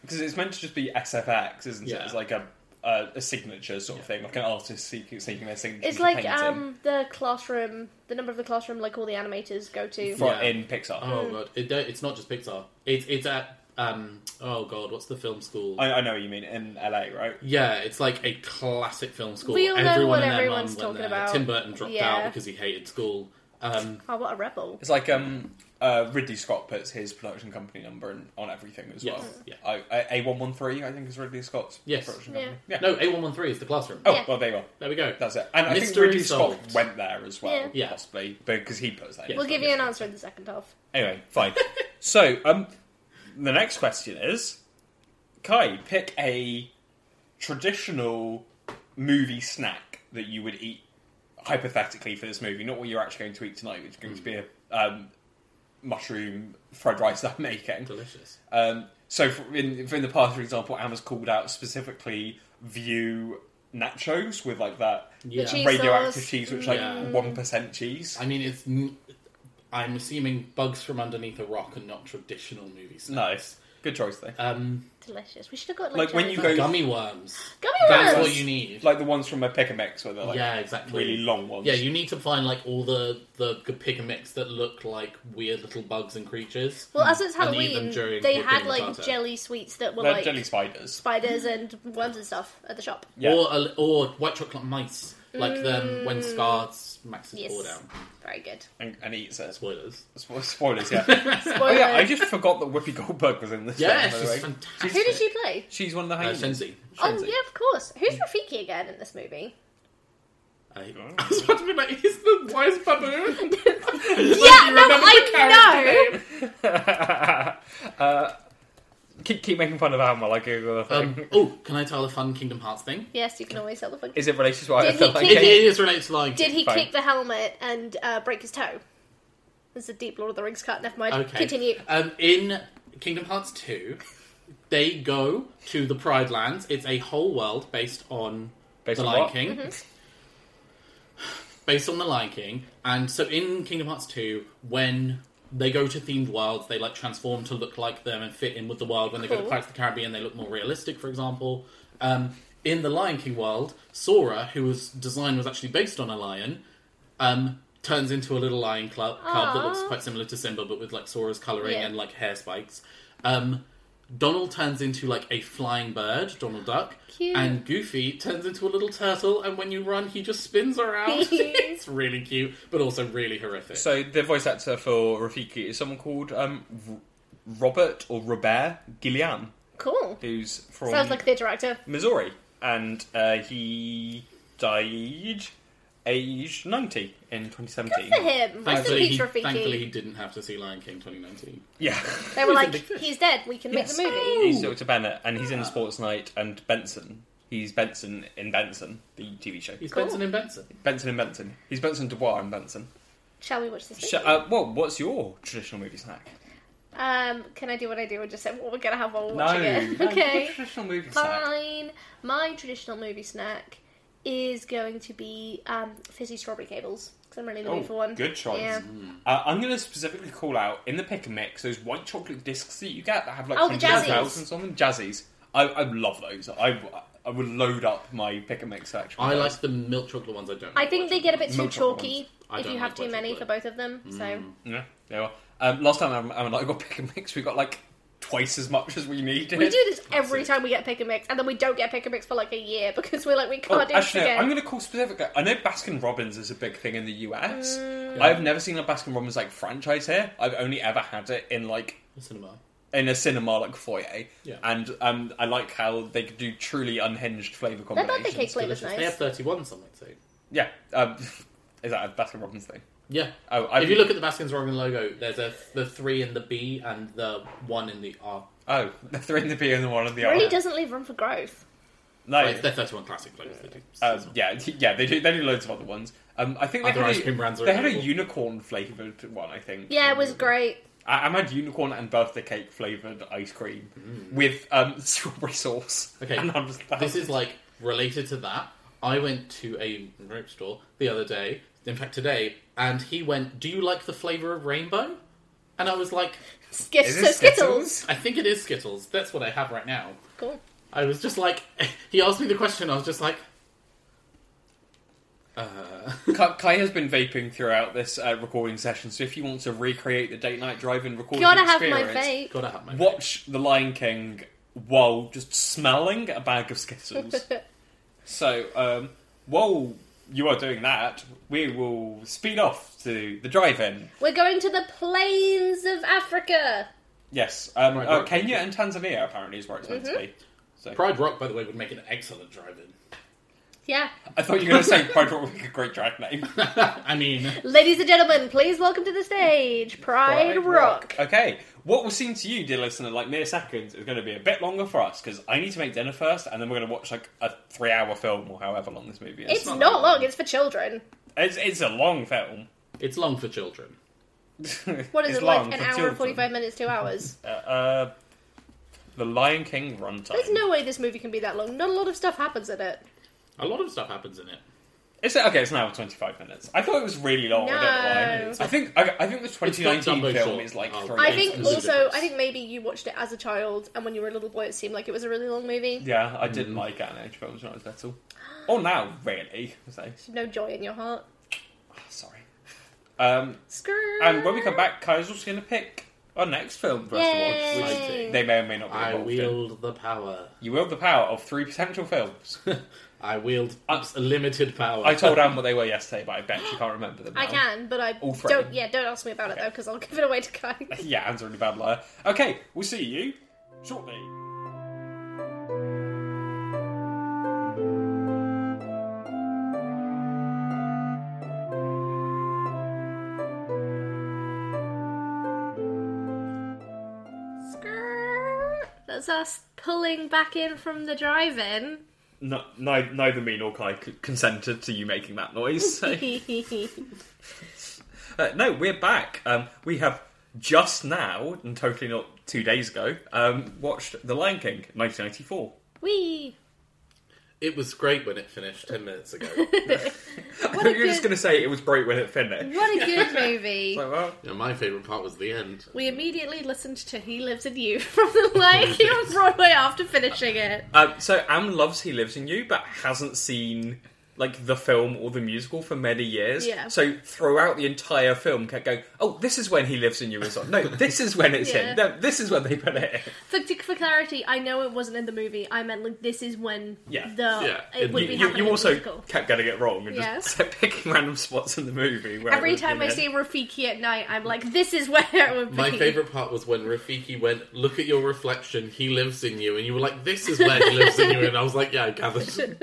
Speaker 3: Because it's meant to just be SFX, isn't
Speaker 4: Yeah.
Speaker 3: it? It's like a, uh, a signature sort of thing, like an artist seeking, seeking their signature.
Speaker 2: It's
Speaker 3: to
Speaker 2: like
Speaker 3: painting
Speaker 2: um, the classroom, the number of the classroom, like all the animators go to.
Speaker 3: for,
Speaker 4: Yeah.
Speaker 3: in Pixar.
Speaker 4: [laughs]
Speaker 2: Hmm.
Speaker 4: Oh god, it, don't- it's not just Pixar. It's it's at um oh god, what's the film school?
Speaker 3: I, I know what you mean in LA, right?
Speaker 4: yeah, it's like a classic film school.
Speaker 2: We all know what
Speaker 4: and their
Speaker 2: everyone's
Speaker 4: mum went
Speaker 2: talking
Speaker 4: there.
Speaker 2: about.
Speaker 4: Tim Burton dropped out
Speaker 2: Yeah.
Speaker 4: because he hated school. Um,
Speaker 2: Oh, what a rebel!
Speaker 3: It's like um, uh, Ridley Scott puts his production company number in, on everything as
Speaker 4: Yes,
Speaker 3: well.
Speaker 4: yeah.
Speaker 3: A one one three, I think, is Ridley Scott's
Speaker 4: Yes.
Speaker 3: production
Speaker 2: Yeah.
Speaker 3: company. Yeah.
Speaker 4: no, A one one three is the classroom.
Speaker 3: Oh
Speaker 2: Yeah.
Speaker 3: well, there you go.
Speaker 4: There we go.
Speaker 3: That's it. And I think
Speaker 4: Mystery
Speaker 3: Ridley Scott
Speaker 4: solved.
Speaker 3: went there as well,
Speaker 2: Yeah.
Speaker 4: Yeah.
Speaker 3: possibly because he puts that. in.
Speaker 2: We'll give you an answer in the second half.
Speaker 3: Anyway, fine. so, um, the next question is, Kai, pick a traditional movie snack that you would eat hypothetically for this movie. Not what you're actually going to eat tonight, which is going to be a um, mushroom fried rice that I'm making.
Speaker 4: Delicious.
Speaker 3: Um, so, for, in, for in the past, for example, Anna's called out specifically view nachos with like that
Speaker 4: Yeah. Mm.
Speaker 2: cheese-
Speaker 3: radioactive
Speaker 2: sauce.
Speaker 3: cheese, which like
Speaker 4: Yeah.
Speaker 3: one percent cheese.
Speaker 4: I mean, it's. n- I'm assuming bugs from underneath a rock and not traditional movie snacks.
Speaker 3: Nice, good choice though.
Speaker 4: Um,
Speaker 2: Delicious. We should have got like,
Speaker 3: Like, when
Speaker 2: jelly buns.
Speaker 3: you go-
Speaker 4: gummy worms.
Speaker 2: gummy
Speaker 4: That's
Speaker 2: worms.
Speaker 4: what you need.
Speaker 3: like the ones from a pick and mix where they're like
Speaker 4: yeah, exactly.
Speaker 3: really long ones.
Speaker 4: Yeah, you need to find like all the the g- pick and mix that look like weird little bugs and creatures.
Speaker 2: Well, as it's
Speaker 4: And eat them
Speaker 2: Halloween,
Speaker 4: during
Speaker 2: they
Speaker 4: whipping
Speaker 2: had
Speaker 4: and
Speaker 2: like
Speaker 4: butter.
Speaker 2: jelly sweets that were
Speaker 3: they're
Speaker 2: like
Speaker 3: jelly spiders.
Speaker 2: spiders and worms and stuff at the shop.
Speaker 3: Yeah.
Speaker 4: Or a, or white chocolate mice, like them when Scar's maxes
Speaker 2: Mm. Yes.
Speaker 4: four down.
Speaker 2: Very good.
Speaker 3: and, and eats it.
Speaker 4: Spoilers.
Speaker 3: Spo- Spoilers,
Speaker 4: [laughs]
Speaker 3: yeah. [laughs] oh yeah, I just forgot that Whoopi Goldberg was in this.
Speaker 4: Yeah,
Speaker 3: film, by the
Speaker 4: she's
Speaker 3: way.
Speaker 4: fantastic.
Speaker 2: Who did she play?
Speaker 3: She's one of the
Speaker 4: Uh,
Speaker 3: hyenas.
Speaker 4: Shenzi.
Speaker 2: Oh
Speaker 3: Shenzi.
Speaker 2: yeah, of course. Who's Rafiki again in this movie?
Speaker 4: I, I [laughs] was about to be like, he's the wise baboon.
Speaker 2: [laughs] yeah,
Speaker 4: you
Speaker 2: no,
Speaker 4: remember the
Speaker 2: I know.
Speaker 3: [laughs] uh, keep keep making fun of Anne while I Google the thing.
Speaker 4: Um, oh, can I tell a fun Kingdom Hearts thing?
Speaker 2: Yes, you can always tell the fun.
Speaker 3: Is it related to what I
Speaker 2: Did he
Speaker 3: feel like?
Speaker 2: kick
Speaker 4: It
Speaker 2: Did-
Speaker 4: is related to lying.
Speaker 2: Did he
Speaker 3: Fine.
Speaker 2: kick the helmet and uh, break his toe? There's a deep Lord of the Rings cut. Never mind.
Speaker 4: Okay.
Speaker 2: Continue.
Speaker 4: Um, in Kingdom Hearts 2, they go to the Pride Lands. It's a whole world based on
Speaker 3: [laughs] Based
Speaker 4: the
Speaker 3: on
Speaker 4: Lion
Speaker 3: what?
Speaker 4: King.
Speaker 2: Mm-hmm.
Speaker 4: [sighs] Based on the Lion King. And so in Kingdom Hearts 2, when they go to themed worlds, they like transform to look like them and fit in with the world. When they go to
Speaker 2: Cool.
Speaker 4: Pirates of the Caribbean, they look more realistic, for example. Um, in the Lion King world, Sora, who was design was actually based on a lion, um, turns into a little lion club, cub that looks
Speaker 2: Aw.
Speaker 4: quite similar to Simba, but with like Sora's coloring
Speaker 2: Yeah.
Speaker 4: and like hair spikes. Um, Donald turns into like a flying bird, Donald Duck,
Speaker 2: Cute.
Speaker 4: and Goofy turns into a little turtle. And when you run, he just
Speaker 2: [laughs]
Speaker 4: spins around. it's really cute, but also really horrific.
Speaker 3: So the voice actor for Rafiki is someone called um, R- Robert or Robert Gillian,
Speaker 2: Cool.
Speaker 3: who's from
Speaker 2: Sounds like a theatre actor.
Speaker 3: Missouri, and uh, he died age ninety in 2017.
Speaker 2: Good for him. Rest in
Speaker 4: thankfully,
Speaker 2: peace,
Speaker 4: he,
Speaker 2: Rafiki.
Speaker 4: thankfully, he didn't have to see Lion King 2019.
Speaker 3: Yeah.
Speaker 2: They were
Speaker 4: He's a
Speaker 2: like,
Speaker 4: big fish.
Speaker 2: he's dead. We can
Speaker 3: Yes.
Speaker 2: make the movie.
Speaker 3: He's Dr. Bennett, and he's in Sports Night and Benson. He's Benson in Benson, the TV show.
Speaker 4: He's
Speaker 2: Cool.
Speaker 4: Benson and Benson.
Speaker 3: Benson in Benson. He's Benson Dubois in Benson.
Speaker 2: Shall we watch this?
Speaker 3: Sh-
Speaker 2: movie?
Speaker 3: uh, well, what's your traditional movie snack?
Speaker 2: Um, can I do what I do and just say what we're gonna have while we're watching it? [laughs]
Speaker 3: no,
Speaker 2: okay.
Speaker 4: [laughs]
Speaker 3: your traditional movie snack.
Speaker 2: Fine. My traditional movie snack is going to be um, fizzy strawberry cables because I'm really looking
Speaker 4: Oh,
Speaker 2: for one.
Speaker 3: Oh, good choice.
Speaker 2: Yeah.
Speaker 3: Uh, I'm going to specifically call out in the pick and mix those white chocolate discs that you get that have like
Speaker 2: Oh, the
Speaker 3: hundreds of
Speaker 2: Jazzies.
Speaker 3: thousands on them. Jazzies. I, I love those. I, I would load up my pick and mix section.
Speaker 4: I
Speaker 3: with
Speaker 4: like the milk chocolate ones. I don't.
Speaker 2: I
Speaker 4: like
Speaker 2: think they get a bit too
Speaker 3: Milk chocolate
Speaker 2: chalky
Speaker 4: I
Speaker 2: if
Speaker 4: don't
Speaker 2: you have
Speaker 4: like
Speaker 2: too
Speaker 4: white
Speaker 2: many for
Speaker 4: chocolate.
Speaker 2: both of them. So
Speaker 4: Hmm.
Speaker 3: Yeah, they are. Um, last time I, I, I got [laughs] pick and mix, we got like twice as much as we needed.
Speaker 2: we do this every
Speaker 4: That's it.
Speaker 2: time we get pick and mix, and then we don't get pick and mix for like a year because we're like we
Speaker 3: Oh,
Speaker 2: can't do
Speaker 3: actually,
Speaker 2: this
Speaker 3: no,
Speaker 2: again.
Speaker 3: I'm going to call specifically. I know Baskin Robbins is a big thing in the US.
Speaker 2: Mm.
Speaker 3: I've never seen a Baskin Robbins like franchise here. I've only ever had it in like
Speaker 4: the cinema.
Speaker 3: in a cinema like foyer.
Speaker 4: Yeah.
Speaker 3: And um, I like how they could do truly unhinged flavor
Speaker 2: Their
Speaker 3: combinations.
Speaker 2: birthday cake flavour's
Speaker 4: Delicious. They have
Speaker 2: nice.
Speaker 4: 31, some might say.
Speaker 3: Yeah. Um, [laughs] is that a Baskin Robbins thing?
Speaker 4: Yeah.
Speaker 3: Oh, I-
Speaker 4: if you look at the Baskin Robbins logo, there's a the three in the B and the one in the R.
Speaker 3: Oh, [laughs] the three in the beer and the one in the
Speaker 2: Really
Speaker 3: other.
Speaker 2: doesn't leave room for growth.
Speaker 3: No.
Speaker 4: Like, they're 31 classic logos. They do.
Speaker 3: Um, yeah, [laughs] yeah, they do. They do loads of other ones. Um, I think they
Speaker 4: Other
Speaker 3: had
Speaker 4: ice
Speaker 3: a,
Speaker 4: cream brands are
Speaker 3: They had a
Speaker 4: available.
Speaker 3: unicorn flavored one. I think.
Speaker 2: Yeah, it was great.
Speaker 3: I, I had unicorn and birthday cake flavored ice cream with um, [laughs] strawberry sauce.
Speaker 4: Mm. Okay,
Speaker 3: and I'm just-
Speaker 4: this is like related to that. I went to a rope store the other day, in fact today, and he went, "Do you like the flavor of rainbow?" And I was like,
Speaker 2: Skit-
Speaker 3: Is
Speaker 2: so
Speaker 3: this
Speaker 2: Skittles.
Speaker 4: "I think it is Skittles. That's what I have right now."
Speaker 2: Cool.
Speaker 4: I was just like, [laughs] he asked me the question. I was just like, "Uh,
Speaker 3: Kai, Kai has been vaping throughout this uh, recording session, so if you want to recreate the date night drive-in recording
Speaker 2: Gotta have my
Speaker 3: experience,
Speaker 2: vape.
Speaker 4: [laughs] gotta have my.
Speaker 3: watch The Lion King while just smelling a bag of
Speaker 2: [laughs]
Speaker 3: Skittles. so, um, while you are doing that, we will speed off to the drive-in.
Speaker 2: We're going to the plains of Africa.
Speaker 3: Yes, um,
Speaker 4: Right,
Speaker 3: uh,
Speaker 4: right.
Speaker 3: Kenya and Tanzania apparently is where it's meant
Speaker 2: Mm-hmm.
Speaker 3: to be. So,
Speaker 4: Pride Rock, by the way, would make an excellent drive-in. [laughs]
Speaker 2: Yeah.
Speaker 3: I thought you were going to say [laughs] Pride Rock would make a great drag name.
Speaker 4: I mean,
Speaker 2: Ladies and gentlemen, please welcome to the stage Pride,
Speaker 3: Pride
Speaker 2: Rock.
Speaker 3: Okay, what will seem to you, dear listener, like mere seconds, is going to be a bit longer for us because I need to make dinner first, and then we're going to watch like a three-hour film or however long this movie is.
Speaker 2: It's not,
Speaker 4: that
Speaker 2: long, it's for children.
Speaker 3: It's, it's a long film.
Speaker 4: it's long for children.
Speaker 2: What is
Speaker 3: [laughs] It's
Speaker 2: it
Speaker 3: long
Speaker 2: like? An
Speaker 3: for
Speaker 2: hour
Speaker 3: children.
Speaker 2: and 45 minutes, two hours?
Speaker 3: Uh, uh, the Lion King runtime.
Speaker 2: There's no way this movie can be that long. Not a lot of stuff happens in it.
Speaker 4: A lot of stuff happens in it.
Speaker 3: Is it okay? It's an hour and twenty-five minutes. I thought it was really long. I don't know
Speaker 2: No.
Speaker 3: why. I think I, I think the twenty nineteen
Speaker 4: Dumbo
Speaker 3: film
Speaker 4: short.
Speaker 3: is like.
Speaker 4: Oh,
Speaker 3: three
Speaker 2: I
Speaker 4: It's
Speaker 2: think
Speaker 4: there's a
Speaker 2: also,
Speaker 4: difference.
Speaker 2: I think maybe you watched it as a child, and when you were a little boy, it seemed like it was a really long movie.
Speaker 3: Yeah, I
Speaker 4: Mm.
Speaker 3: didn't like animated films when I was little. Or now, really. So,
Speaker 2: No joy in your heart. [gasps]
Speaker 3: sorry. Um,
Speaker 2: Screw.
Speaker 3: and when we come back, Kai's also going to pick our next film for us to watch.
Speaker 4: Exciting.
Speaker 2: Yay!
Speaker 3: They may or may not be
Speaker 4: I
Speaker 3: involved in.
Speaker 4: wield the power.
Speaker 3: You wield the power of three potential [laughs] films.
Speaker 4: I wield
Speaker 3: I-
Speaker 4: limited power.
Speaker 3: I
Speaker 4: [laughs]
Speaker 3: told Anne what they were yesterday, but I bet she can't remember them.
Speaker 2: I
Speaker 3: now.
Speaker 2: can, but I
Speaker 3: um, All three.
Speaker 2: don't. Yeah, don't ask me about it
Speaker 3: Okay.
Speaker 2: though, because I'll give it away to Kai.
Speaker 3: [laughs] Yeah, Anne's a really bad liar. Okay, we'll see you shortly.
Speaker 2: Screw. That's us pulling back in from the drive-in. [laughs]
Speaker 3: No, no, neither me nor Kai c- consented to you making that
Speaker 2: [laughs]
Speaker 3: noise. so- Uh, no, we're back. Um, we have just now, and totally not two days ago, um, watched The Lion King, 1994.
Speaker 2: Wee.
Speaker 4: It was great when it finished ten
Speaker 2: [laughs]
Speaker 4: minutes ago.
Speaker 3: I
Speaker 2: a
Speaker 3: [laughs] thought you were just
Speaker 2: good-
Speaker 3: going to say it was great when it finished.
Speaker 2: What a
Speaker 3: [laughs]
Speaker 2: good movie.
Speaker 3: So, well,
Speaker 4: You know, my favorite part was the end.
Speaker 2: We immediately listened to He Lives in You [laughs] from
Speaker 3: [laughs]
Speaker 2: the Lion King on Broadway after finishing it.
Speaker 3: um, so Am loves He Lives in You, but hasn't seen like the film or the musical for many years.
Speaker 2: Yeah.
Speaker 3: So throughout the entire film, kept going, "Oh, this is when He Lives in You is
Speaker 2: [laughs]
Speaker 3: on. No, this is when it's
Speaker 2: Yeah.
Speaker 3: in. No, this is when they put it in."
Speaker 2: For, for clarity, I know it wasn't in the movie. I meant like this is when
Speaker 3: Yeah.
Speaker 2: the
Speaker 4: Yeah.
Speaker 2: it would
Speaker 4: You-
Speaker 2: be
Speaker 3: you,
Speaker 2: happening
Speaker 3: you
Speaker 2: in
Speaker 3: also
Speaker 2: the musical.
Speaker 3: kept getting it wrong and [laughs]
Speaker 2: Yeah.
Speaker 3: just kept picking random spots in the movie. where it
Speaker 2: Every
Speaker 3: would
Speaker 2: time
Speaker 3: be
Speaker 2: I
Speaker 3: in.
Speaker 2: see Rafiki at night, I'm like, this is where it would be.
Speaker 4: My favorite part was when Rafiki went, "Look at your reflection. He lives in you," and you were like, "This is where he lives in you." And I was like, "Yeah, I gathered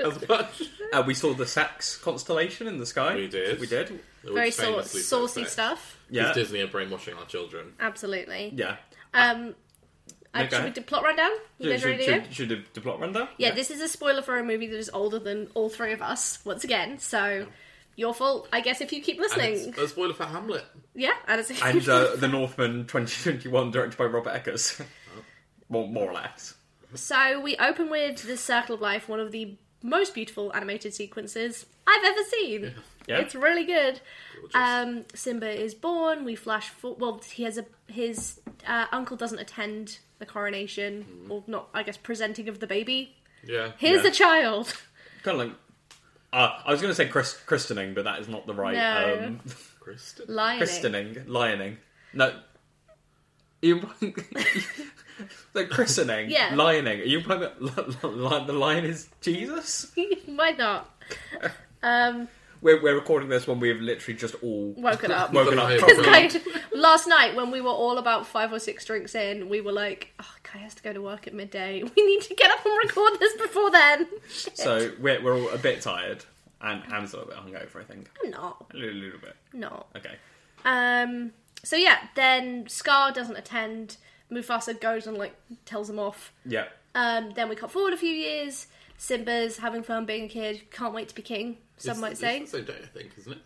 Speaker 2: [laughs]
Speaker 4: as much."
Speaker 3: Uh, we saw the Sax constellation in the sky.
Speaker 4: We did.
Speaker 3: We did.
Speaker 2: Very
Speaker 4: Which
Speaker 2: sau-
Speaker 4: famously
Speaker 2: saucy
Speaker 4: says that.
Speaker 2: stuff.
Speaker 3: Yeah.
Speaker 4: Because Disney are brainwashing our children.
Speaker 2: Absolutely.
Speaker 3: Yeah.
Speaker 2: Um, I-
Speaker 3: No, go
Speaker 2: should we
Speaker 3: ahead.
Speaker 2: do plot rundown? You
Speaker 3: Should,
Speaker 2: guys ready
Speaker 3: should,
Speaker 2: to go?
Speaker 3: should, should the, the plot rundown?
Speaker 2: Yeah, this is a spoiler for a movie that is older than all three of us, once again, so your fault, I guess, if you keep
Speaker 4: And it's
Speaker 2: listening.
Speaker 4: a spoiler for Hamlet.
Speaker 2: yeah, and it's a [laughs]
Speaker 3: And uh, The Northman 2021, directed by Robert Eggers.
Speaker 4: Oh.
Speaker 3: more, more or less.
Speaker 2: So we open with The Circle of Life, one of the most beautiful animated sequences I've ever seen.
Speaker 3: Yeah.
Speaker 2: It's really good.
Speaker 4: Gorgeous.
Speaker 2: Um, Simba is born. We flash for well, he has a his uh, uncle doesn't attend the coronation or not, I guess, presenting of the baby.
Speaker 4: yeah.
Speaker 2: Here's
Speaker 3: Mm. Yeah.
Speaker 2: the child. [laughs]
Speaker 3: Kind of like. Uh, I was going to say Chris, christening, but that is not the right.
Speaker 2: No.
Speaker 3: Um,
Speaker 4: Kristen.
Speaker 2: Lion.
Speaker 3: christening. Lioning. No. You. [laughs] The christening,
Speaker 2: Yeah.
Speaker 3: lioning. Are you implying [laughs] that li- li- li- the lion is Jesus?
Speaker 2: [laughs] Why not? Um,
Speaker 3: We're, we're recording this when we have literally just all
Speaker 2: woken
Speaker 3: [laughs]
Speaker 2: up.
Speaker 3: woken up.
Speaker 4: Lion.
Speaker 3: from-
Speaker 4: It's
Speaker 2: Like, [laughs] last night when we were all about five or six drinks in, we were like, oh, Kai has to go to work at midday. [laughs] We need to get up and record this before then. [laughs]
Speaker 3: So we're, we're all a bit tired, and Anne's a little bit hungover, I think.
Speaker 2: I'm not.
Speaker 3: A little, little bit.
Speaker 2: I'm not.
Speaker 3: Okay.
Speaker 2: Um, so yeah, then Scar doesn't attend. Mufasa goes and like tells him off.
Speaker 3: Yeah.
Speaker 2: Um, then we cut forward a few years. Simba's having fun being a kid. Can't wait to be king. Some
Speaker 4: It's-
Speaker 2: might
Speaker 4: it's
Speaker 2: say
Speaker 4: the same day, I think, isn't it?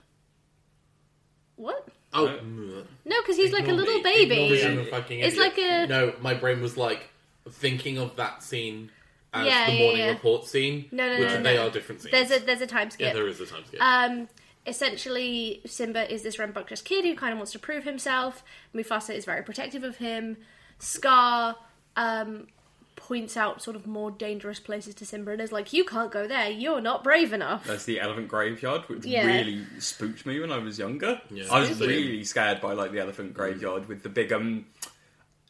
Speaker 2: what?
Speaker 4: Oh,
Speaker 3: Uh,
Speaker 4: mm.
Speaker 2: No, because he's like a
Speaker 4: Ignore
Speaker 2: little
Speaker 4: me. Ignore me,
Speaker 2: baby.
Speaker 4: I'm a fucking
Speaker 2: It's
Speaker 4: idiot.
Speaker 2: like a-
Speaker 4: no. My brain was like thinking of that scene as
Speaker 2: Yeah,
Speaker 4: the
Speaker 2: yeah,
Speaker 4: morning
Speaker 2: yeah.
Speaker 4: report scene,
Speaker 2: No, no,
Speaker 4: which
Speaker 2: no, no,
Speaker 4: they
Speaker 2: no.
Speaker 4: are different scenes.
Speaker 2: There's a there's a time
Speaker 4: yeah,
Speaker 2: skip.
Speaker 4: there is a time skip.
Speaker 2: Um, essentially, Simba is this rambunctious kid who kind of wants to prove himself. Mufasa is very protective of him. Scar um, points out sort of more dangerous places to Simba and is like, "You can't go there. You're not brave enough."
Speaker 3: There's the elephant graveyard, which
Speaker 2: Yeah.
Speaker 3: really spooked me when I was younger.
Speaker 4: Yeah.
Speaker 3: I was
Speaker 4: Spooky.
Speaker 3: really scared by like the elephant graveyard with the big um,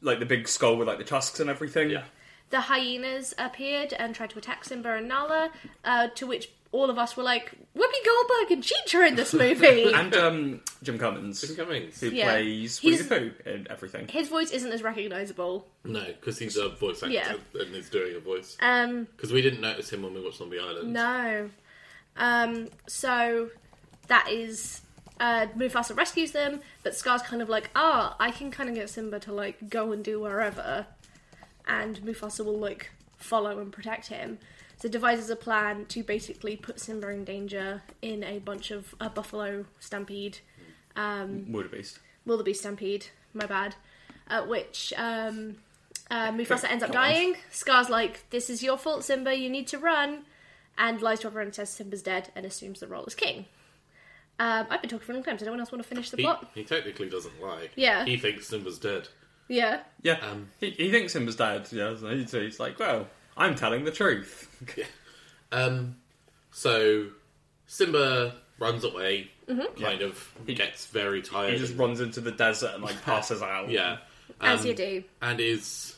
Speaker 3: like the big skull with like the tusks and everything.
Speaker 4: Yeah.
Speaker 2: the hyenas appeared and tried to attack Simba and Nala, uh, to which all of us were like, Whoopi Goldberg and Cheech are in this movie.
Speaker 3: [laughs] And um, Jim Cummins,
Speaker 4: Jim Cummings.
Speaker 3: who
Speaker 2: Yeah.
Speaker 3: plays Winnie the
Speaker 2: He's-
Speaker 3: Pooh and everything.
Speaker 2: His voice isn't as recognisable.
Speaker 4: No, because he's a voice actor
Speaker 2: Yeah.
Speaker 4: and is doing a voice.
Speaker 2: Um,
Speaker 4: Because we didn't notice him when we watched Zombie Island.
Speaker 2: no. Um, so that is. Uh, Mufasa rescues them, but Scar's kind of like, ah, I can kind of get Simba to like go and do wherever, and Mufasa will like follow and protect him. So devises a plan to basically put Simba in danger in a bunch of a buffalo stampede
Speaker 3: Wildebeest.
Speaker 2: wildebeest stampede. My bad. At which um, uh, Mufasa ends up
Speaker 3: Come on.
Speaker 2: dying. Scar's like, "This is your fault, Simba. You need to run," and lies to everyone and says Simba's dead and assumes the role as king. Um, I've been talking for a long time. Does anyone else want to finish the
Speaker 4: He,
Speaker 2: plot?
Speaker 4: he technically doesn't lie.
Speaker 2: Yeah.
Speaker 4: He thinks Simba's dead. [laughs]
Speaker 2: Yeah.
Speaker 3: Yeah,
Speaker 4: Um,
Speaker 3: he, he thinks Simba's dead. Yeah, so he's- he's like, well, I'm telling the truth.
Speaker 4: Um, so Simba runs away,
Speaker 2: Mm-hmm.
Speaker 4: kind of
Speaker 3: He-
Speaker 4: gets very tired.
Speaker 3: He just
Speaker 4: and-
Speaker 3: runs into the desert and
Speaker 4: [laughs]
Speaker 3: like passes out.
Speaker 4: yeah,
Speaker 2: As
Speaker 4: um,
Speaker 2: you do.
Speaker 4: and is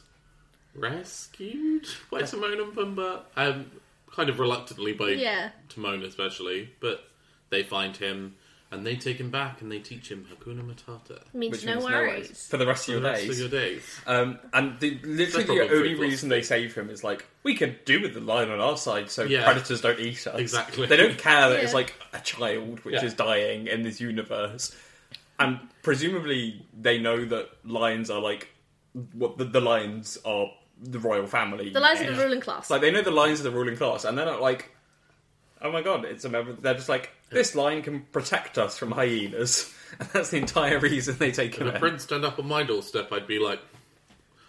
Speaker 4: rescued by Timon and Pumbaa. Um, kind of reluctantly by
Speaker 2: Yeah.
Speaker 4: Timon, especially, but they find him and they take him back and they teach him Hakuna Matata.
Speaker 2: Means
Speaker 3: Which
Speaker 2: no
Speaker 3: means
Speaker 2: worries.
Speaker 3: no worries. for the rest of your
Speaker 4: The rest of
Speaker 3: days. [laughs]
Speaker 4: your days.
Speaker 3: Um, and the,
Speaker 4: That's
Speaker 3: literally
Speaker 4: probably
Speaker 3: the only
Speaker 4: pretty
Speaker 3: reason they save him is like we can do with the lion on our side, so
Speaker 4: Yeah.
Speaker 3: predators don't eat us.
Speaker 4: Exactly.
Speaker 3: They don't care that it's
Speaker 2: Yeah.
Speaker 3: like a child which
Speaker 4: Yeah.
Speaker 3: is dying in this universe, and presumably they know that lions are like what the, the lions are the royal family.
Speaker 2: The lions of
Speaker 3: and-
Speaker 2: the ruling class.
Speaker 3: Like they know the lions are the ruling class, and they're not like, oh my god, it's a member. They're just like this lion can protect us from hyenas, [laughs] and that's the entire reason they take him.
Speaker 4: If a
Speaker 3: in.
Speaker 4: prince turned up on my doorstep, I'd be like,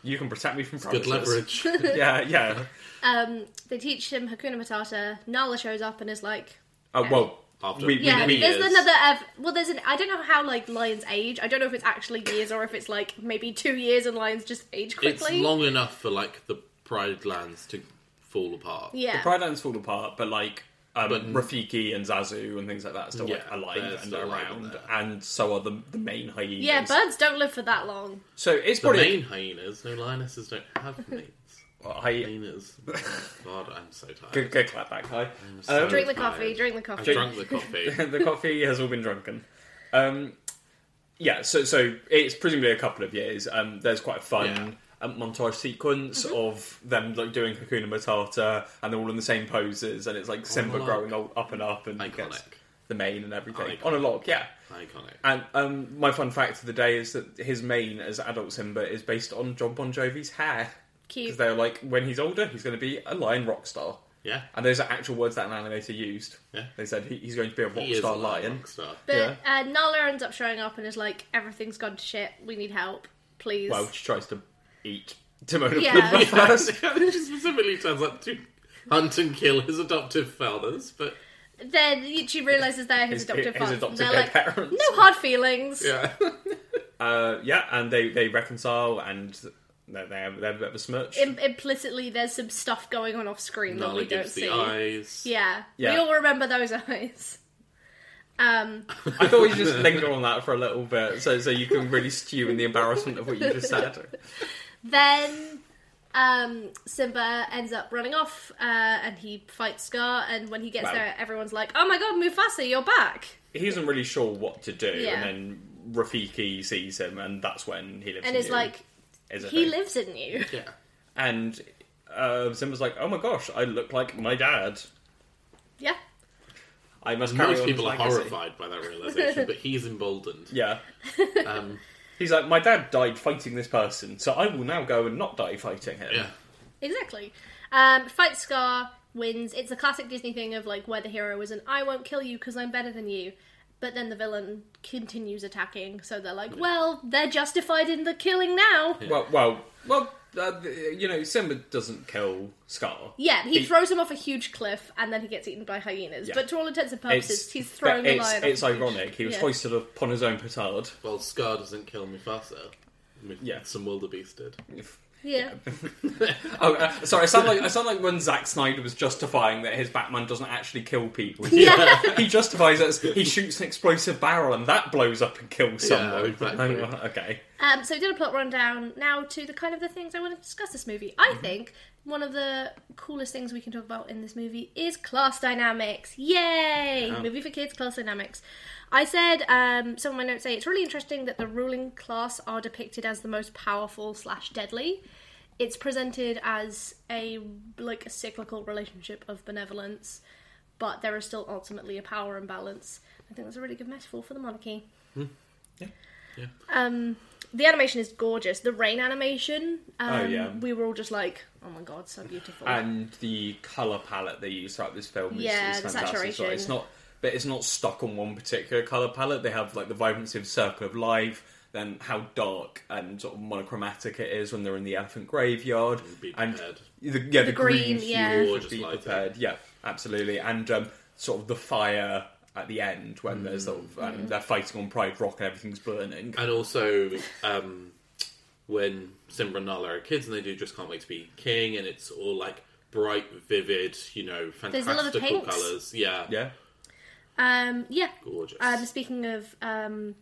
Speaker 3: You can protect me from predators.
Speaker 4: good leverage.
Speaker 3: [laughs]
Speaker 2: [laughs]
Speaker 3: Yeah, yeah.
Speaker 2: um, they teach him Hakuna Matata. Nala shows up and is like,
Speaker 3: Uh, well,
Speaker 4: After.
Speaker 3: we, we,
Speaker 2: Yeah,
Speaker 3: we
Speaker 2: there's
Speaker 4: years.
Speaker 2: another. ev well, there's an. I don't know how like lions age. I don't know if it's actually years or if it's like maybe two years and lions just age
Speaker 4: it's
Speaker 2: quickly.
Speaker 4: long enough for like the Pride Lands to fall apart.
Speaker 2: yeah,
Speaker 3: the Pride Lands fall apart, but like um,
Speaker 4: But-
Speaker 3: Rafiki and Zazu and things like that are still like,
Speaker 4: Yeah, they're
Speaker 3: alive and
Speaker 4: still alive
Speaker 3: around,
Speaker 4: there.
Speaker 3: and so are the the main hyenas.
Speaker 2: yeah. Birds don't live for that long.
Speaker 3: so it's
Speaker 4: The
Speaker 3: probably
Speaker 4: main hyenas, no lionesses don't have
Speaker 3: [laughs]
Speaker 4: mates.
Speaker 3: well, hy-
Speaker 4: Hyenas. God, I'm so
Speaker 3: good,
Speaker 4: tired.
Speaker 3: good clap back. Hi. Um,
Speaker 4: I'm so
Speaker 2: Drink the
Speaker 4: tired.
Speaker 2: coffee. Drink the
Speaker 4: I've
Speaker 2: coffee.
Speaker 4: drunk the
Speaker 3: [laughs]
Speaker 4: coffee.
Speaker 3: the coffee has all been drunken. Um, yeah, so so it's presumably a couple of years. Um, there's quite a fun
Speaker 4: Yeah.
Speaker 3: um, montage sequence of them like doing Hakuna Matata, and they're all in the same poses, and it's like Simba
Speaker 4: log.
Speaker 3: growing old, up and up, and
Speaker 4: Oh, Iconic.
Speaker 3: gets the mane and everything
Speaker 4: Iconic.
Speaker 3: on a log. Yeah.
Speaker 4: Iconic.
Speaker 3: And um, my fun fact of the day is that his mane as adult Simba is based on John Bon Jovi's hair. Because
Speaker 2: Cute.
Speaker 3: they're like, when he's older, he's going to be a lion rock star.
Speaker 4: Yeah.
Speaker 3: And those are actual words that an animator used.
Speaker 4: Yeah.
Speaker 3: They said he, he's going to be a rock
Speaker 4: He is
Speaker 3: star
Speaker 4: a
Speaker 3: lion.
Speaker 4: rock star. [laughs]
Speaker 2: But
Speaker 3: yeah.
Speaker 2: uh, Nala ends up showing up and is like, everything's gone to shit. We need help, please.
Speaker 3: Well, she tries to eat Timon and
Speaker 2: Yeah.
Speaker 3: Pumbaa
Speaker 4: Yeah,
Speaker 3: first.
Speaker 4: [laughs] she specifically turns up to hunt and kill his adoptive fathers, but
Speaker 2: then she realizes they're his,
Speaker 3: His-
Speaker 2: adoptive
Speaker 3: his
Speaker 2: fathers.
Speaker 3: adoptive
Speaker 2: and they're like,
Speaker 3: parents.
Speaker 2: no hard feelings. [laughs]
Speaker 4: yeah.
Speaker 3: Uh, yeah, and they, they reconcile and they, they, have, they have a bit of a smirch.
Speaker 2: Im- implicitly, there's some stuff going on off screen that
Speaker 4: Nala
Speaker 2: we don't
Speaker 4: gives
Speaker 2: see.
Speaker 4: the eyes.
Speaker 2: Yeah. we
Speaker 3: Yeah.
Speaker 2: all remember those [laughs] eyes. Um,
Speaker 3: I thought we'd just linger on that for a little bit so, so you can really stew in the embarrassment of what you
Speaker 2: [laughs]
Speaker 3: just said.
Speaker 2: then um, Simba ends up running off, uh, and he fights Scar. And when he gets
Speaker 3: Wow.
Speaker 2: there, everyone's like, "Oh my god, Mufasa, you're back!"
Speaker 3: he isn't really sure what to do,
Speaker 2: Yeah.
Speaker 3: and then Rafiki sees him, and that's when he lives.
Speaker 2: And
Speaker 3: in
Speaker 2: is
Speaker 3: you,
Speaker 2: like,
Speaker 3: is a
Speaker 2: "He
Speaker 3: thing.
Speaker 2: lives in you." [laughs]
Speaker 4: Yeah.
Speaker 3: and uh, Simba's like, "Oh my gosh, I look like my dad.
Speaker 2: Yeah.
Speaker 3: I must carry
Speaker 4: Most
Speaker 3: on."
Speaker 4: people
Speaker 3: his
Speaker 4: are
Speaker 3: legacy."
Speaker 4: horrified by that realization, but he's emboldened.
Speaker 3: [laughs] Yeah,
Speaker 4: Um,
Speaker 3: he's like, "My dad died fighting this person, so I will now go and not die fighting him."
Speaker 4: yeah.
Speaker 2: Exactly. Um, fight Scar, wins. It's a classic Disney thing of like where the hero is an I won't kill you because I'm better than you. But then the villain continues attacking, so they're like, well, they're justified in the killing now. Yeah,
Speaker 3: Well, well, well. Uh, you know, Simba doesn't kill Scar.
Speaker 2: he,
Speaker 3: He-
Speaker 2: throws him off a huge cliff and then he gets eaten by hyenas.
Speaker 3: Yeah.
Speaker 2: But to all intents and purposes, he's throwing
Speaker 3: it's,
Speaker 2: the lion
Speaker 3: It's
Speaker 2: off a huge-
Speaker 3: ironic. He was
Speaker 2: Yeah.
Speaker 3: hoisted upon his own petard.
Speaker 4: Well, Scar doesn't kill Mufasa. Muf-
Speaker 3: Yeah.
Speaker 4: Some wildebeest did.
Speaker 3: If-
Speaker 2: Yeah.
Speaker 3: Oh, uh, sorry. I sound like I sound like when Zack Snyder was justifying that his Batman doesn't actually
Speaker 2: [laughs]
Speaker 3: kill people. He, he justifies it. As he shoots an explosive barrel and that blows up and kills
Speaker 4: Yeah,
Speaker 3: someone.
Speaker 4: exactly.
Speaker 3: I'm like, okay.
Speaker 2: Um, so we did a plot rundown. Now to the kind of the things I want to discuss this movie. I think one of the coolest things we can talk about in this movie is class dynamics. Yay! Movie for kids, class dynamics. I said um, some of my notes say it's really interesting that the ruling class are depicted as the most powerful slash deadly. It's presented as a like a cyclical relationship of benevolence, but there is still ultimately a power imbalance. I think that's a really good metaphor for the monarchy.
Speaker 3: Hmm.
Speaker 2: Um, the animation is gorgeous. The rain animation. Um,
Speaker 3: Oh, yeah.
Speaker 2: We were all just like, oh my god, so beautiful.
Speaker 3: And the color palette they use throughout this film is,
Speaker 2: Yeah,
Speaker 3: is
Speaker 2: the
Speaker 3: fantastic. as well. It's
Speaker 2: saturation.
Speaker 3: not, but it's not stuck on one particular color palette. They have like the vibrancy of Circle of Life, then how dark and sort of monochromatic it is when they're in the Elephant Graveyard,
Speaker 4: Be
Speaker 3: and
Speaker 4: prepared.
Speaker 3: the, yeah, the, green,
Speaker 2: green,
Speaker 3: hue
Speaker 2: yeah.
Speaker 3: would
Speaker 4: Gorgeous
Speaker 3: be
Speaker 4: lighting.
Speaker 3: prepared. Yeah, absolutely, and um, sort of the fire at the end when there's sort of
Speaker 2: Mm.
Speaker 3: um, they're fighting on Pride Rock and everything's burning.
Speaker 4: And also, um, when Simba and Nala are kids and they do just can't wait to be king, and it's all like bright, vivid, you know,
Speaker 2: a lot of
Speaker 4: fantastical
Speaker 2: pinks.
Speaker 4: colours. Yeah.
Speaker 3: yeah,
Speaker 2: um, yeah.
Speaker 4: Gorgeous.
Speaker 2: Um, speaking of, um,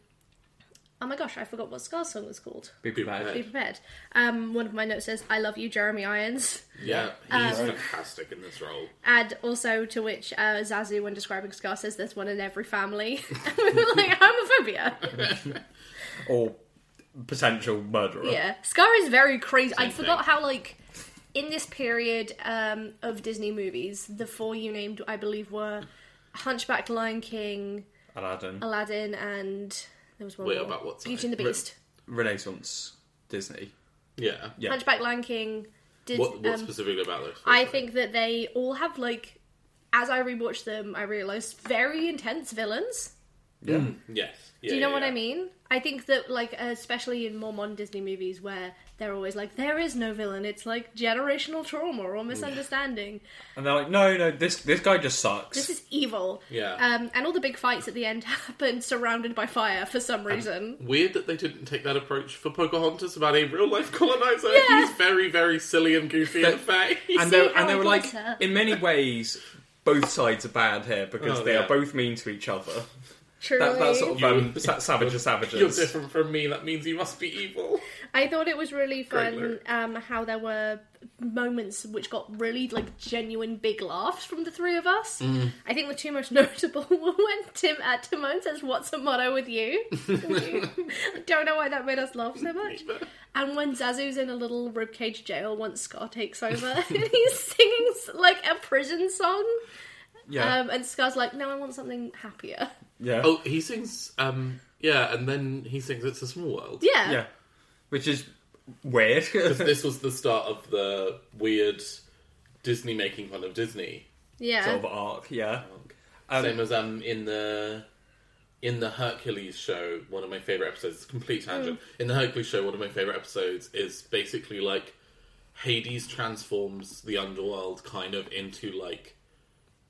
Speaker 2: oh my gosh, I forgot what Scar's song was called.
Speaker 3: be prepared.
Speaker 4: prepared.
Speaker 2: Be prepared. Um, one of my notes says, "I love you, Jeremy Irons," [laughs]
Speaker 4: yeah.
Speaker 2: Um,
Speaker 4: He's fantastic in this role.
Speaker 2: and also to which uh, Zazu, when describing Scar, says, "There's one in every family." [laughs] and we were
Speaker 4: [laughs]
Speaker 2: like, "Homophobia."
Speaker 3: or potential murderer.
Speaker 2: yeah, Scar is very crazy. I
Speaker 4: Same
Speaker 2: forgot
Speaker 4: thing.
Speaker 2: how like. In this period um, of Disney movies, the four you named, I believe, were Hunchback, Lion King,
Speaker 3: Aladdin,
Speaker 2: Aladdin and there was one
Speaker 4: Wait,
Speaker 2: more.
Speaker 4: about what side?
Speaker 2: Beauty and the
Speaker 3: Re-
Speaker 2: Beast.
Speaker 3: Renaissance, Disney.
Speaker 4: Yeah.
Speaker 3: Yeah.
Speaker 2: Hunchback Lion King did
Speaker 4: What, what
Speaker 2: um,
Speaker 4: specifically about this?
Speaker 2: I think that they all have like as I rewatched them I realized very intense villains.
Speaker 3: Yeah.
Speaker 4: Yes. Yeah,
Speaker 2: Do you know
Speaker 4: yeah,
Speaker 2: what
Speaker 4: yeah.
Speaker 2: I mean? I think that like especially in more modern Disney movies where they're always like there is no villain it's like generational trauma or misunderstanding.
Speaker 3: And they're like, no, no, this this guy just sucks.
Speaker 2: This is evil.
Speaker 4: Yeah.
Speaker 2: Um and all the big fights at the end [laughs] happen surrounded by fire for
Speaker 3: Um,
Speaker 2: some reason.
Speaker 4: Weird that they didn't take that approach for Pocahontas about a real life colonizer.
Speaker 2: Yeah.
Speaker 4: He's very, very silly and goofy and fey.
Speaker 2: see
Speaker 3: and they
Speaker 2: how
Speaker 3: and they
Speaker 2: it
Speaker 3: were like,
Speaker 2: does her.
Speaker 3: in many ways, both sides are bad here because
Speaker 4: Oh,
Speaker 3: they
Speaker 4: yeah.
Speaker 3: are both mean to each other.
Speaker 2: Truly.
Speaker 3: That, that's sort of um,
Speaker 4: You-
Speaker 3: sa- savage of
Speaker 4: [laughs] You're
Speaker 3: savages.
Speaker 4: different from me. That means you must be evil.
Speaker 2: I thought it was really
Speaker 4: Great
Speaker 2: fun
Speaker 4: lyric.
Speaker 2: um, how there were moments which got really like genuine big laughs from the three of us. I think the two most [laughs] notable were when Tim at Timon says, "What's the motto with you?" I don't know why that made us laugh so much. And when Zazu's in a little ribcage jail once Scar takes over, [laughs] and he's singing like a prison song,
Speaker 3: Yeah,
Speaker 2: um, and Scar's like, "No, I want something happier." [laughs]
Speaker 3: yeah,
Speaker 4: Oh, he sings. Um, yeah, and then he sings "It's a Small World."
Speaker 2: Yeah,
Speaker 3: yeah. Which is weird. [laughs]
Speaker 4: this was the start of the weird Disney making fun of Disney.
Speaker 2: yeah.
Speaker 3: sort of arc. Yeah. Um,
Speaker 4: Same as um in the in the Hercules show, one of my favorite episodes. It's a complete
Speaker 3: Hmm.
Speaker 4: tangent. In the Hercules show, one of my favorite episodes is basically like Hades transforms the underworld kind of into like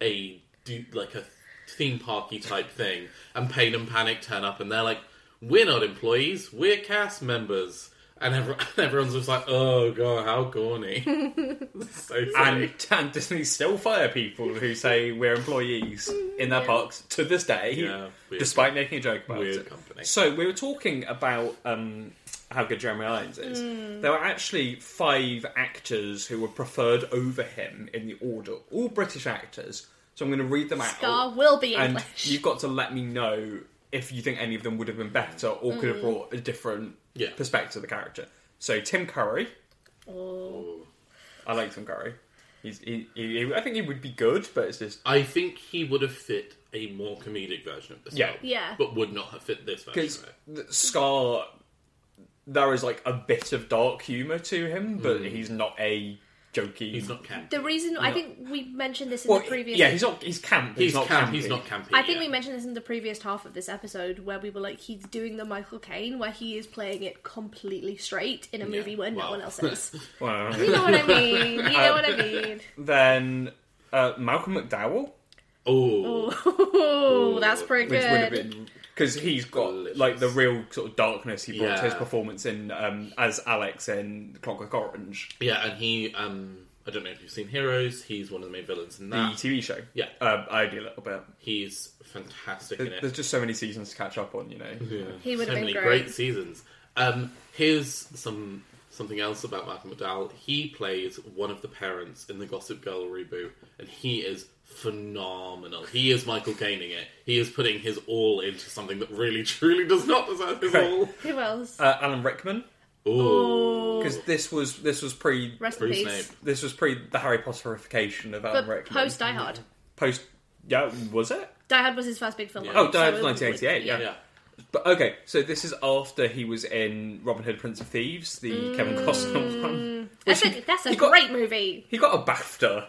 Speaker 4: a do- like a theme parky type thing, and Pain and Panic turn up, and they're like, "We're not employees, we're cast members." And every- [laughs] everyone's just like, "Oh god, how corny!" [laughs] so
Speaker 3: And,
Speaker 4: silly.
Speaker 3: [laughs] and Disney still fire people who say we're employees in their parks to this day,
Speaker 4: Yeah, weird.
Speaker 3: despite making a joke about
Speaker 4: Weird
Speaker 3: it.
Speaker 4: company.
Speaker 3: So we were talking about um, how good Jeremy Irons is.
Speaker 4: Mm.
Speaker 3: There were actually five actors who were preferred over him in the order, all British actors. So I'm going to read them out,
Speaker 2: Scar will be
Speaker 3: and
Speaker 2: English.
Speaker 3: you've got to let me know if you think any of them would have been better or could have brought a different
Speaker 4: Mm. Yeah.
Speaker 3: perspective to the character. So Tim Curry.
Speaker 2: Or-
Speaker 3: I like Tim Curry. He's, he, he, I think he would be good, but it's just
Speaker 4: I think he would have fit a more comedic version of this
Speaker 3: Yeah.
Speaker 4: film.
Speaker 2: Yeah.
Speaker 4: But would not have fit this version
Speaker 3: because
Speaker 4: of it.
Speaker 3: Scar, there is like a bit of dark humor to him, but he's not a jokey.
Speaker 4: Mm. He's not camp.
Speaker 2: The reason I think we mentioned this in
Speaker 3: Well,
Speaker 2: the previous
Speaker 3: yeah, he's not. He's camp. He's,
Speaker 4: He's,
Speaker 3: not
Speaker 4: camp.
Speaker 3: campy.
Speaker 4: He's not campy.
Speaker 2: I think
Speaker 4: yeah.
Speaker 2: we mentioned this in the previous half of this episode where we were like, he's doing the Michael Caine, where he is playing it completely straight in a movie where no
Speaker 4: wow.
Speaker 2: one else
Speaker 3: [laughs]
Speaker 2: is.
Speaker 3: Well,
Speaker 2: You know what I mean? You know
Speaker 3: Um,
Speaker 2: what I mean?
Speaker 3: then uh, Malcolm McDowell,
Speaker 4: Oh,
Speaker 2: Oh, that's pretty
Speaker 3: which would have
Speaker 2: good.
Speaker 3: been because he's got
Speaker 4: Delicious.
Speaker 3: like the real sort of darkness he brought to his
Speaker 4: Yeah.
Speaker 3: performance in um, as Alex in Clockwork Orange,
Speaker 4: Yeah, and he, um, I don't know if you've seen Heroes. He's one of the main villains in
Speaker 3: the
Speaker 4: that.
Speaker 3: TV show.
Speaker 4: Ah. Yeah.
Speaker 3: um, I do a little bit.
Speaker 4: He's fantastic in
Speaker 3: There-
Speaker 4: it.
Speaker 3: There's just so many seasons to catch up on, you know.
Speaker 4: Mm-hmm.
Speaker 2: He would
Speaker 4: so
Speaker 2: have been
Speaker 4: many
Speaker 2: great.
Speaker 4: seasons. Um, here's some something else about Malcolm McDowell. He plays one of the parents in the Gossip Girl reboot, and he is phenomenal. He is Michael Caine in it. He is putting his all into something that really, [laughs] truly does not deserve his
Speaker 3: Okay.
Speaker 4: all.
Speaker 2: Who else?
Speaker 3: Uh, Alan Rickman,
Speaker 4: Ooh,
Speaker 2: Oh,
Speaker 3: because this was this was pre
Speaker 2: rest in
Speaker 4: Bruce
Speaker 2: peace.
Speaker 4: Snape.
Speaker 3: this was pre the Harry Potterification of Alan
Speaker 2: But
Speaker 3: Rickman.
Speaker 2: post Die Hard.
Speaker 3: post, yeah, was it?
Speaker 2: Die Hard was his first big film.
Speaker 4: Yeah.
Speaker 3: Oh, Die Hard
Speaker 2: So
Speaker 3: was
Speaker 2: it-
Speaker 3: 1988. Yeah.
Speaker 4: Yeah.
Speaker 3: But okay, so this is after he was in Robin Hood, Prince of Thieves, the Kevin Costner one.
Speaker 2: Mm. That's
Speaker 3: Which he-
Speaker 2: a, that's a
Speaker 3: he got-
Speaker 2: great movie.
Speaker 3: He got a BAFTA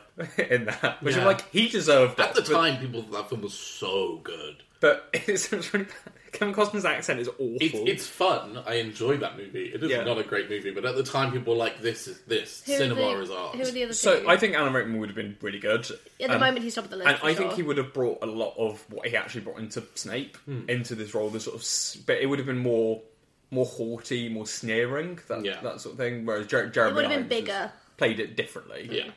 Speaker 3: [laughs] in that, which
Speaker 4: Yeah.
Speaker 3: I'm like, he deserved
Speaker 4: At
Speaker 3: that.
Speaker 4: the time, people thought that film was so good.
Speaker 3: But, [laughs] but it's, it's really bad. Kevin Costner's accent is awful.
Speaker 4: It's, it's fun. I enjoy that movie. It is
Speaker 3: Yeah.
Speaker 4: not a great movie, but at the time, people were like, "This is this
Speaker 2: Who are
Speaker 4: cinema
Speaker 2: the,
Speaker 4: is art."
Speaker 2: Who are the other
Speaker 3: so
Speaker 2: two?
Speaker 3: I think Alan Rickman would have been really good.
Speaker 2: At the
Speaker 3: Um,
Speaker 2: moment, he's top of the list.
Speaker 3: and
Speaker 2: for
Speaker 3: I think
Speaker 2: sure.
Speaker 3: he would have brought a lot of what he actually brought into Snape
Speaker 4: Hmm.
Speaker 3: into this role. The sort of, s- but it would have been more, more haughty, more sneering, that,
Speaker 4: Yeah.
Speaker 3: that sort of thing. Whereas Jer- Jeremy
Speaker 2: would have been
Speaker 3: Irons has
Speaker 2: bigger.
Speaker 3: played it differently.
Speaker 4: yeah.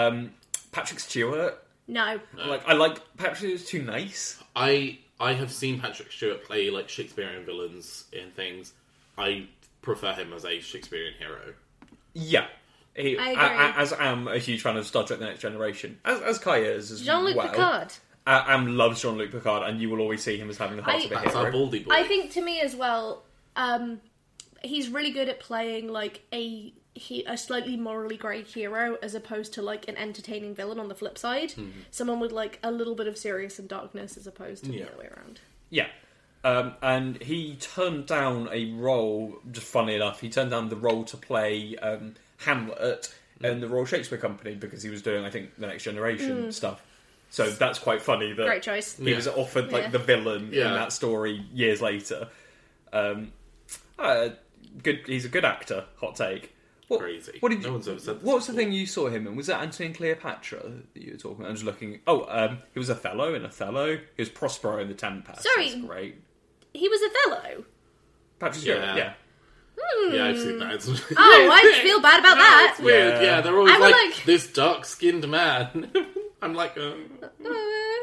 Speaker 3: Um, Patrick Stewart,
Speaker 2: No.
Speaker 4: Uh.
Speaker 3: like I like Patrick Stewart's too nice.
Speaker 4: I I have seen Patrick Stewart play like Shakespearean villains in things. I prefer him as a Shakespearean hero.
Speaker 3: Yeah. He,
Speaker 2: I
Speaker 3: a-
Speaker 2: agree.
Speaker 3: a- as am a huge fan of Star Trek: The Next Generation, as, as Kai is as
Speaker 2: Jean Luc
Speaker 3: well.
Speaker 2: Picard.
Speaker 3: A- Am loves Jean Luc Picard, and you will always see him as having the heart
Speaker 2: I-
Speaker 3: of a
Speaker 4: That's our
Speaker 3: hero.
Speaker 4: baldy boy.
Speaker 2: I think to me as well, um, he's really good at playing like a he, a slightly morally grey hero as opposed to like an entertaining villain on the flip side. Someone with like a little bit of serious and darkness as opposed to
Speaker 4: Yeah.
Speaker 2: the other way around.
Speaker 3: Yeah, um, and he turned down a role. Just funny enough, he turned down the role to play um, Hamlet
Speaker 2: Hmm.
Speaker 3: in the Royal Shakespeare Company because he was doing, I think, the Next Generation stuff. So that's quite funny that
Speaker 2: Hmm. Great choice.
Speaker 3: He was offered like
Speaker 2: Yeah.
Speaker 3: the villain in
Speaker 4: Yeah.
Speaker 3: that story years later. Um, uh, good. He's a good actor. Hot take. What,
Speaker 4: Crazy.
Speaker 3: What did you,
Speaker 4: No one's ever said this
Speaker 3: What was the
Speaker 4: before.
Speaker 3: thing you saw him in? Was that Antony and Cleopatra that you were talking? about? I'm just looking. Oh, um, he was Othello in Othello. He was Prospero in the Tempest.
Speaker 2: Sorry.
Speaker 3: That's great.
Speaker 2: He was Othello.
Speaker 3: Patrick Stewart. Yeah.
Speaker 4: Yeah.
Speaker 3: yeah.
Speaker 4: yeah, I've seen that.
Speaker 2: [laughs]
Speaker 4: It's oh,
Speaker 2: Oh, I feel bad about that.
Speaker 4: Weird.
Speaker 3: Yeah.
Speaker 4: Yeah, they're always
Speaker 2: I'm
Speaker 4: like,
Speaker 2: like-
Speaker 4: this dark-skinned man. [laughs] I'm like, uh,
Speaker 2: Uh,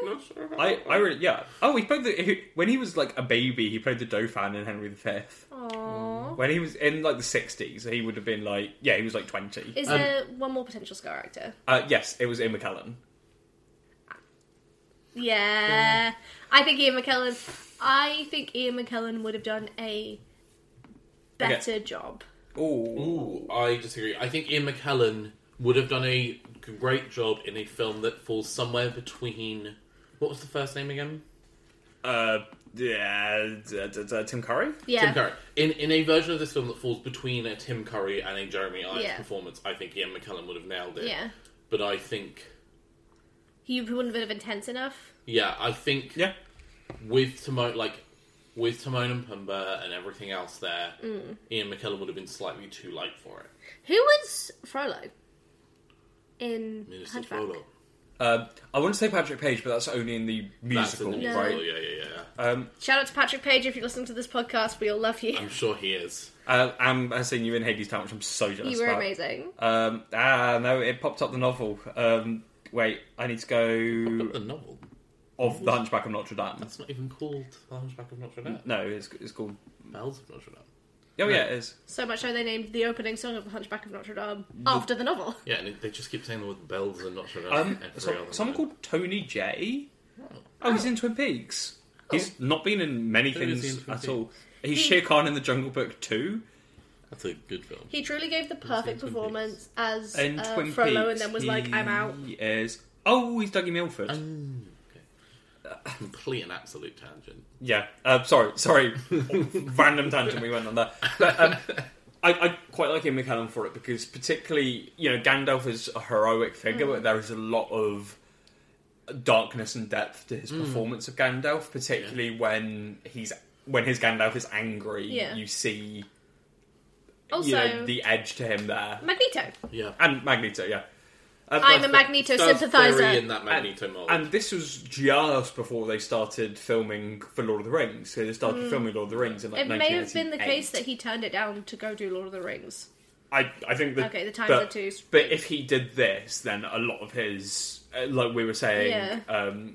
Speaker 4: not sure. how-
Speaker 3: I, I really, yeah. Oh, he played the he, when he was like a baby. He played the Dauphin in Henry V.
Speaker 2: aw.
Speaker 3: When he was in like the sixties, he would have been like, yeah, he was like twenty.
Speaker 2: Is there one more potential Scar actor?
Speaker 3: uh, yes, it was Ian McKellen.
Speaker 2: Yeah. I think Ian McKellen. I think Ian McKellen would have done a better job.
Speaker 3: Oh,
Speaker 4: Ooh, I disagree. I think Ian McKellen would have done a great job in a film that falls somewhere between. What was the first name again?
Speaker 3: uh, yeah, d- d- d- Tim Curry.
Speaker 2: Yeah.
Speaker 4: Tim Curry. In in a version of this film that falls between a Tim Curry and a Jeremy Irons
Speaker 2: Yeah.
Speaker 4: performance, I think Ian McKellen would have nailed it.
Speaker 2: Yeah.
Speaker 4: But I think
Speaker 2: He wouldn't have been intense enough.
Speaker 4: yeah, I think
Speaker 3: Yeah,
Speaker 4: with Timon like with Timon and Pumbaa and everything else there,
Speaker 2: Mm.
Speaker 4: Ian McKellen would have been slightly too light for it.
Speaker 2: Who was Frollo in
Speaker 4: Minister
Speaker 2: Hunchback?
Speaker 4: Frollo.
Speaker 3: Um, I wouldn't say Patrick Page, but that's only in the
Speaker 4: That's
Speaker 3: musical,
Speaker 4: in the musical.
Speaker 3: right?
Speaker 4: Yeah, yeah, yeah.
Speaker 3: Um,
Speaker 2: Shout out to Patrick Page if you're listening to this podcast. We all love you.
Speaker 4: I'm sure he is.
Speaker 3: uh, Am has seen you in Hades Town, which I'm so jealous.
Speaker 2: You were
Speaker 3: about.
Speaker 2: amazing.
Speaker 3: Um, ah, no, it popped up the novel. Um, wait, I need to
Speaker 4: But
Speaker 3: go
Speaker 4: the novel.
Speaker 3: of the Hunchback of Notre Dame.
Speaker 4: That's not even called The Hunchback of Notre Dame.
Speaker 3: No, it's, it's called.
Speaker 4: Bells of Notre Dame.
Speaker 3: Oh yeah, it is.
Speaker 2: So much so they named the opening song of The Hunchback of Notre Dame after the novel.
Speaker 4: Yeah, and they just keep saying the word bells and Notre Dame
Speaker 3: Um,
Speaker 4: [laughs] every
Speaker 3: so,
Speaker 4: other
Speaker 3: someone
Speaker 4: night.
Speaker 3: called Tony J. Oh, he's in Twin Peaks. He's not been in many
Speaker 4: Oh. Who is he in
Speaker 3: things
Speaker 4: Twin
Speaker 3: at
Speaker 4: Peaks?
Speaker 3: all. He's Shere Khan in the Jungle Book too.
Speaker 4: That's a good film.
Speaker 2: He truly gave the perfect
Speaker 4: Twin Peaks.
Speaker 2: performance as
Speaker 3: in
Speaker 2: uh,
Speaker 3: Twin
Speaker 2: Frollo and
Speaker 3: Peaks,
Speaker 2: then was like, I'm out.
Speaker 3: He is. Oh, he's Dougie Milford.
Speaker 4: Mm, okay. Complete and absolute tangent.
Speaker 3: yeah. Uh, sorry, sorry. [laughs] Random tangent we went on there. But um, I, I quite like Ian McKellen for it because, particularly, you know, Gandalf is a heroic figure,
Speaker 2: Mm.
Speaker 3: but there is a lot of darkness and depth to his performance of Gandalf, particularly when he's when his Gandalf is angry.
Speaker 2: Yeah.
Speaker 3: You see,
Speaker 2: Also,
Speaker 3: you know, the edge to him there,
Speaker 2: Magneto.
Speaker 4: Yeah.
Speaker 3: and Magneto. Yeah. Um,
Speaker 2: I'm a
Speaker 4: That's-
Speaker 2: Magneto
Speaker 4: that's
Speaker 2: sympathiser.
Speaker 4: very in that Magneto mold.
Speaker 3: And this was just before they started filming for Lord of the Rings. So they started filming Lord of the Rings in like
Speaker 2: Mm. It may have been the
Speaker 3: 1988.
Speaker 2: case that he turned it down to go do Lord of the Rings.
Speaker 3: I, I think that.
Speaker 2: Okay, the times
Speaker 3: but,
Speaker 2: are too strict.
Speaker 3: But if he did this, then a lot of his, uh, like we were saying,
Speaker 2: Yeah.
Speaker 3: um,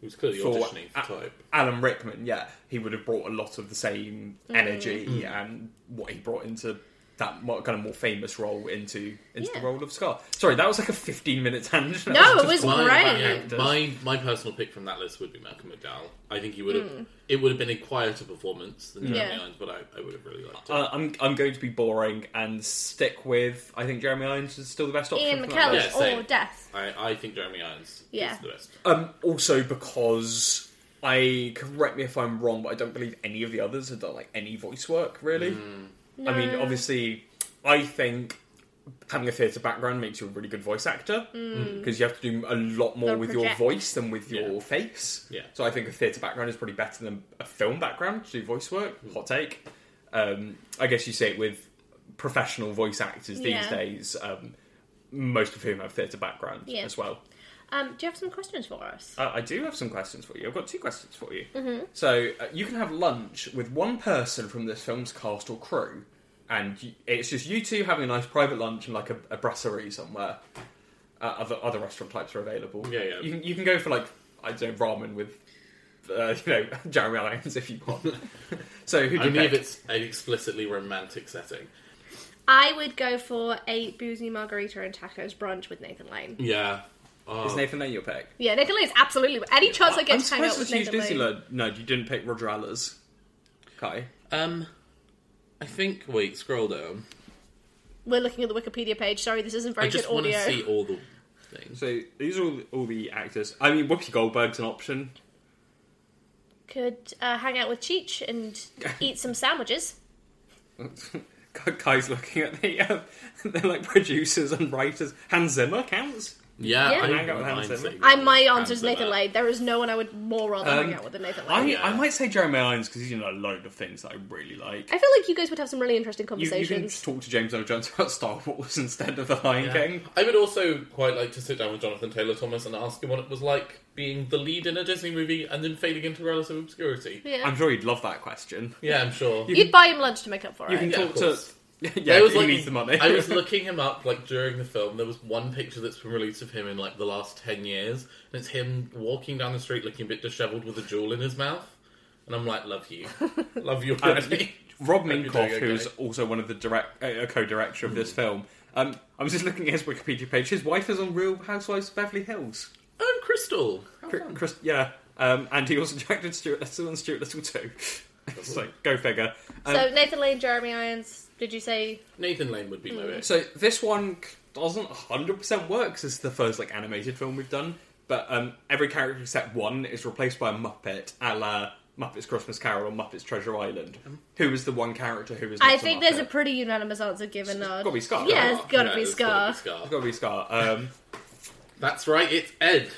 Speaker 4: he was clearly
Speaker 3: for
Speaker 4: auditioning
Speaker 3: A-
Speaker 4: for type.
Speaker 3: Alan Rickman, yeah, he would have brought a lot of the same
Speaker 2: Mm.
Speaker 3: energy and what he brought into that mo- kind of more famous role into into
Speaker 2: Yeah.
Speaker 3: the role of Scar. Sorry, that was like a fifteen minute tangent. [laughs]
Speaker 2: No, it
Speaker 3: Just-
Speaker 2: was
Speaker 4: My,
Speaker 2: great.
Speaker 3: actors.
Speaker 4: my my personal pick from that list would be Malcolm McDowell. I think he would have. It would have been a quieter performance than Jeremy
Speaker 2: Hmm. Yeah.
Speaker 4: Irons, but I, I would have really liked it.
Speaker 3: Uh, I'm I'm going to be boring and stick with. I think Jeremy Irons is still the best option.
Speaker 2: Ian
Speaker 3: for that
Speaker 2: McKellen
Speaker 4: Yeah, same.
Speaker 2: or Death.
Speaker 4: I, I think Jeremy Irons
Speaker 2: Yeah.
Speaker 4: is the best.
Speaker 3: Um, also because I correct me if I'm wrong, but I don't believe any of the others have done like any voice work really.
Speaker 4: Hmm.
Speaker 3: I mean,
Speaker 2: No.
Speaker 3: obviously, I think having a theatre background makes you a really good voice actor because you have to do a lot more
Speaker 2: Or
Speaker 3: with
Speaker 2: Hmm. project.
Speaker 3: your voice than with your
Speaker 4: Yeah.
Speaker 3: face.
Speaker 4: Yeah.
Speaker 3: So I think a theatre background is probably better than a film background to do voice work.
Speaker 4: Hmm.
Speaker 3: Hot take. Um, I guess you say it with professional voice actors these
Speaker 2: Yeah.
Speaker 3: days, um, most of whom have theatre background
Speaker 2: Yeah.
Speaker 3: as well.
Speaker 2: Um, do you have some questions for us?
Speaker 3: Uh, I do have some questions for you. I've got two questions for you.
Speaker 2: Mm-hmm.
Speaker 3: So uh, you can have lunch with one person from this film's cast or crew, and you, it's just you two having a nice private lunch in like a, a brasserie somewhere. Uh, other other restaurant types are available.
Speaker 4: Yeah, yeah.
Speaker 3: You can you can go for like I don't know ramen with uh, [laughs] you know Jeremy Irons if you want. [laughs] so who do
Speaker 4: Only
Speaker 3: you
Speaker 4: if
Speaker 3: pick?
Speaker 4: it's an explicitly romantic setting.
Speaker 2: I would go for a boozy margarita and tacos brunch with Nathan Lane.
Speaker 4: Yeah. Oh.
Speaker 3: Is Nathan Lane your pick?
Speaker 2: Yeah, Nathan Lane's absolutely. Any chance I get
Speaker 3: I'm
Speaker 2: to hang out
Speaker 3: surprised
Speaker 2: with
Speaker 3: it's huge
Speaker 2: Nathan Lane.
Speaker 3: Disneyland. No, you didn't pick Roger Allers. Kai.
Speaker 4: Um, I think. Wait, scroll down.
Speaker 2: We're looking at the Wikipedia page. Sorry, this isn't very
Speaker 4: I just
Speaker 2: good
Speaker 4: want to
Speaker 2: audio.
Speaker 4: see all the things.
Speaker 3: So these are all, all the actors. I mean, Whoopi Goldberg's an option.
Speaker 2: Could uh, hang out with Cheech and
Speaker 3: [laughs]
Speaker 2: eat some sandwiches.
Speaker 3: Guys looking at the, uh, [laughs] they're like producers and writers. Hans Zimmer counts.
Speaker 4: Yeah,
Speaker 2: Yeah.
Speaker 4: I
Speaker 2: Hang
Speaker 4: don't
Speaker 3: out with
Speaker 4: mind
Speaker 3: Hanson.
Speaker 4: seeing
Speaker 2: I my
Speaker 4: Hanson
Speaker 2: answer is Nathan
Speaker 4: there.
Speaker 2: Lane. There is no one I would more rather hang
Speaker 3: Um,
Speaker 2: out with than Nathan
Speaker 3: I,
Speaker 2: Lane.
Speaker 4: Yeah.
Speaker 3: I might say Jeremy Irons because he's in a load of things that I really like.
Speaker 2: I, feel like you guys would have some really interesting
Speaker 3: You, you can
Speaker 2: conversations.
Speaker 3: talk to James Earl Jones [laughs] about Star Wars instead of The Lion
Speaker 4: Yeah.
Speaker 3: King.
Speaker 4: I would also quite like to sit down with Jonathan Taylor Thomas and ask him what it was like being the lead in a Disney movie and then fading into relative obscurity.
Speaker 2: yeah.
Speaker 3: I'm sure he'd love that question.
Speaker 4: Yeah, I'm sure.
Speaker 3: You-
Speaker 2: You'd buy him lunch to make up for
Speaker 3: You
Speaker 2: it.
Speaker 3: can
Speaker 4: Yeah,
Speaker 3: talk
Speaker 4: of
Speaker 3: to.
Speaker 4: course.
Speaker 3: [laughs] Yeah,
Speaker 4: I was
Speaker 3: he
Speaker 4: like,
Speaker 3: needs the money.
Speaker 4: I
Speaker 3: [laughs]
Speaker 4: was looking him up like during the film. There was one picture that's been released of him in like the last ten years, and it's him walking down the street looking a bit dishevelled with a jewel in his mouth. And I'm like,
Speaker 2: [laughs]
Speaker 4: love you, love you already.
Speaker 3: Rob
Speaker 4: Hope you're
Speaker 3: Minkoff,
Speaker 4: doing
Speaker 3: who's
Speaker 4: okay.
Speaker 3: also one of the direct, uh, co-director of this film. Um, I was just looking at his Wikipedia page. His wife is on Real Housewives of Beverly Hills.
Speaker 4: oh, Crystal.
Speaker 3: Chris, Chris, yeah, um, and he also [laughs] directed Stuart Little and Stuart Little too. [laughs] so go figure. Um,
Speaker 2: so Nathan Lane, Jeremy Irons. Did you say?
Speaker 4: Nathan Lane would be my
Speaker 2: Mm.
Speaker 4: pick.
Speaker 3: so this one doesn't hundred percent work 'cause it's the first like animated film we've done. But um, every character except one is replaced by a Muppet, a la Muppets Christmas Carol or Muppets Treasure Island. Who is the one character who is? Not
Speaker 2: Um, I think
Speaker 3: a
Speaker 2: there's a
Speaker 3: Muppet?
Speaker 2: pretty unanimous answer given.
Speaker 3: It's
Speaker 2: uh,
Speaker 3: gotta be Scar,
Speaker 2: Yeah,
Speaker 3: right?
Speaker 2: it's gotta
Speaker 4: Yeah,
Speaker 2: be
Speaker 4: it's
Speaker 2: Scar.
Speaker 4: gotta be Scar.
Speaker 3: It's got to be Scar. Um,
Speaker 4: That's right. It's
Speaker 2: [laughs]
Speaker 4: Ed.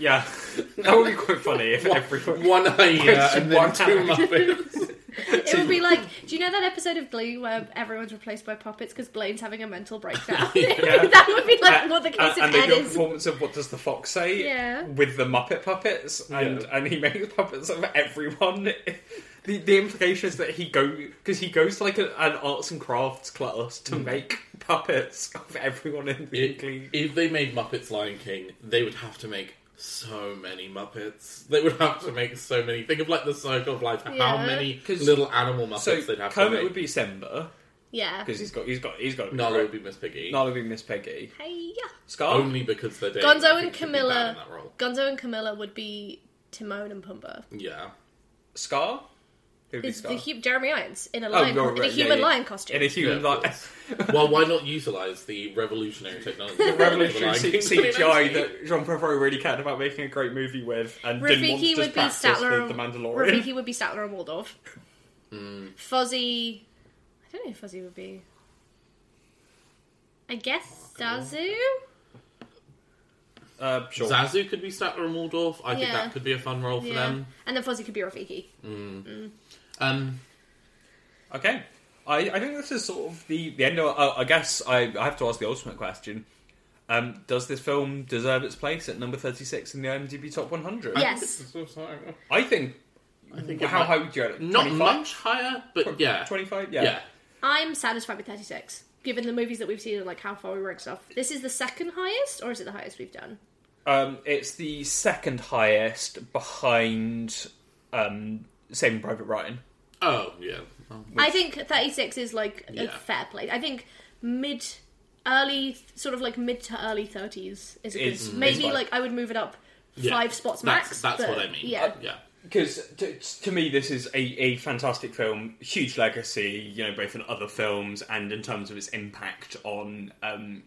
Speaker 3: yeah, [laughs] that would be quite funny if [laughs] everyone.
Speaker 4: [laughs] one eye uh, and then
Speaker 3: One
Speaker 4: two
Speaker 3: eye.
Speaker 4: muffins.
Speaker 2: It would be like, do you know that episode of Glee where everyone's replaced by puppets because Blaine's having a mental
Speaker 3: [laughs]
Speaker 2: breakdown? [laughs] that would be like what the
Speaker 3: Uh,
Speaker 2: case
Speaker 3: and
Speaker 2: of
Speaker 3: they
Speaker 2: Ed
Speaker 3: do a
Speaker 2: is.
Speaker 3: performance of what does the fox say
Speaker 2: Yeah.
Speaker 3: with the Muppet puppets, and
Speaker 4: Yeah.
Speaker 3: and he makes puppets of everyone. [laughs] The the implication is that he go because he goes to like a, an arts and crafts class
Speaker 4: Hmm.
Speaker 3: to make puppets of everyone in the
Speaker 4: If- if they made Muppets Lion King, they would have to make so many Muppets. They would have to make so many. Think of like the circle of life. How
Speaker 2: Yeah.
Speaker 4: many
Speaker 3: 'Cause-
Speaker 4: little animal Muppets
Speaker 3: So
Speaker 4: they'd have to
Speaker 3: Kermit
Speaker 4: make?
Speaker 3: would be Simba
Speaker 2: Yeah.
Speaker 3: because he's got he's got he's got
Speaker 4: Nala would be Miss Piggy.
Speaker 3: Nala would be Miss Peggy.
Speaker 2: Hey, yeah.
Speaker 3: Scar.
Speaker 4: Only because they're dating.
Speaker 2: Gonzo
Speaker 4: I
Speaker 2: and
Speaker 4: think she'd be bad in
Speaker 2: Camilla.
Speaker 4: that role.
Speaker 2: Gonzo and Camilla would be Timon and Pumbaa.
Speaker 4: Yeah.
Speaker 3: Scar. Who would be
Speaker 2: Is
Speaker 3: Scar?
Speaker 2: the hu- Jeremy Irons in a
Speaker 3: Oh,
Speaker 2: lion,
Speaker 3: you're
Speaker 2: in a
Speaker 3: right, yeah,
Speaker 2: human
Speaker 3: yeah.
Speaker 2: lion costume.
Speaker 3: In a human
Speaker 4: Yeah,
Speaker 3: lion. [laughs]
Speaker 4: of course. well, why not utilize the revolutionary technology? of
Speaker 3: revolutionary
Speaker 4: Lion
Speaker 3: C-
Speaker 4: King? [laughs]
Speaker 3: CGI that John Favreau really cared about making a great movie with, and didn't want to
Speaker 2: Rafiki
Speaker 3: just
Speaker 2: would be
Speaker 3: practice
Speaker 2: Statler.
Speaker 3: with the Mandalorian. Hmm.
Speaker 2: Rafiki would be Statler and Waldorf. Fuzzy, I don't know who Fuzzy would be. I guess Zazu.
Speaker 3: [laughs] Uh, sure.
Speaker 4: Zazu could be Statler and Waldorf. I think
Speaker 2: Yeah.
Speaker 4: that could be a fun role for
Speaker 2: Yeah,
Speaker 4: them.
Speaker 2: and then Fuzzy could be Rafiki.
Speaker 4: Um,
Speaker 3: okay. I, I think this is sort of the, the end of. Uh, I guess I, I have to ask the ultimate question. Um, does this film deserve its place at number 36 in the IMDb Top 100?
Speaker 2: Yeah. Yes.
Speaker 3: I think.
Speaker 4: I think it
Speaker 3: How
Speaker 4: might-
Speaker 3: high would you rate it?
Speaker 4: not
Speaker 3: 25?
Speaker 4: much higher, but yeah,
Speaker 3: 25?
Speaker 4: yeah.
Speaker 2: I'm satisfied with 36, given the movies that we've seen and like how far we ranked stuff. This is the second highest, or is it the highest we've done?
Speaker 3: Um, it's the second highest behind um, Saving Private Ryan.
Speaker 4: Oh yeah. Oh,
Speaker 2: I think 36 is like a
Speaker 4: Yeah.
Speaker 2: fair place. I think mid, early, sort of like mid to early 30s is a good.
Speaker 3: Is- is
Speaker 2: maybe
Speaker 3: fine.
Speaker 2: like I would move it up
Speaker 4: yeah.
Speaker 2: five spots max.
Speaker 4: That's- That's,
Speaker 2: but
Speaker 4: what I mean.
Speaker 2: Yeah.
Speaker 4: yeah.
Speaker 3: Because to, to me, this is a, a fantastic film, huge legacy, you know, both in other films and in terms of its impact on um,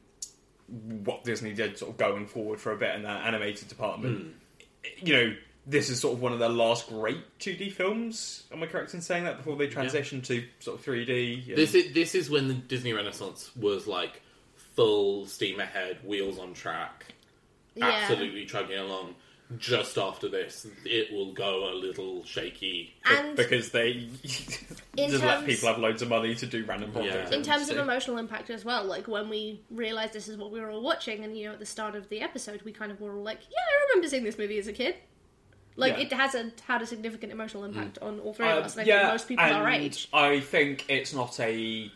Speaker 3: what Disney did sort of going forward for a bit in their animated department.
Speaker 2: Hmm.
Speaker 3: You know, this is sort of one of their last great 2D films. Am I correct in saying that before they transitioned to sort of 3D? and-
Speaker 4: This is this is when the Disney Renaissance was like full steam ahead, wheels on track,
Speaker 2: Yeah.
Speaker 4: absolutely chugging along. Just after this, it will go a little shaky.
Speaker 2: And
Speaker 3: because they
Speaker 2: In
Speaker 3: [laughs] just let
Speaker 2: terms-
Speaker 3: people have loads of money to do random projects.
Speaker 4: Yeah.
Speaker 2: in terms of
Speaker 3: So-
Speaker 2: emotional impact as well, like when we realised this is what we were all watching, and you know, at the start of the episode, we kind of were all like, "Yeah, I remember seeing this movie as a kid." Like
Speaker 3: Yeah.
Speaker 2: it hasn't had a significant emotional impact on all three
Speaker 3: Uh,
Speaker 2: of us, and I think most people
Speaker 3: and
Speaker 2: our age.
Speaker 3: I think it's not a.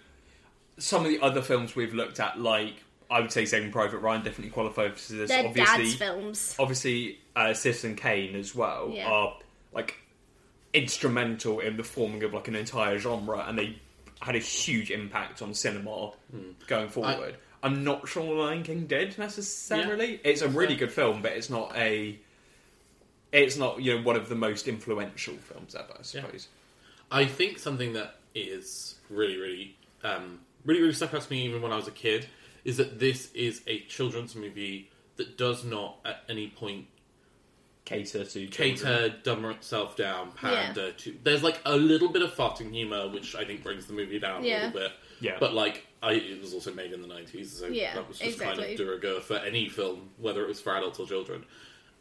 Speaker 3: Some of the other films we've looked at, like I would say Saving Private Ryan, definitely qualified for this.
Speaker 2: They're
Speaker 3: obviously,
Speaker 2: dad's films.
Speaker 3: obviously, uh, Citizen Kane as well
Speaker 2: Yeah.
Speaker 3: are like instrumental in the forming of like an entire genre, and they had a huge impact on cinema going forward. I, am not sure Lion King did necessarily. It's a really good film, but it's not a. It's not you know one of the most influential films ever. I suppose.
Speaker 4: I think something that is really, really, um, really, really stuck out to me even when I was a kid is that this is a children's movie that does not at any point
Speaker 3: cater to
Speaker 4: cater, dumb itself down, pander to. There's like a little bit of farting humor, which I think brings the movie down
Speaker 2: Yeah.
Speaker 4: a little bit.
Speaker 3: Yeah.
Speaker 4: But like, I, it was also made in the 90s, so
Speaker 2: Yeah,
Speaker 4: that was just kind
Speaker 2: exactly.
Speaker 4: of de rigueur for any film, whether it was for adults or children.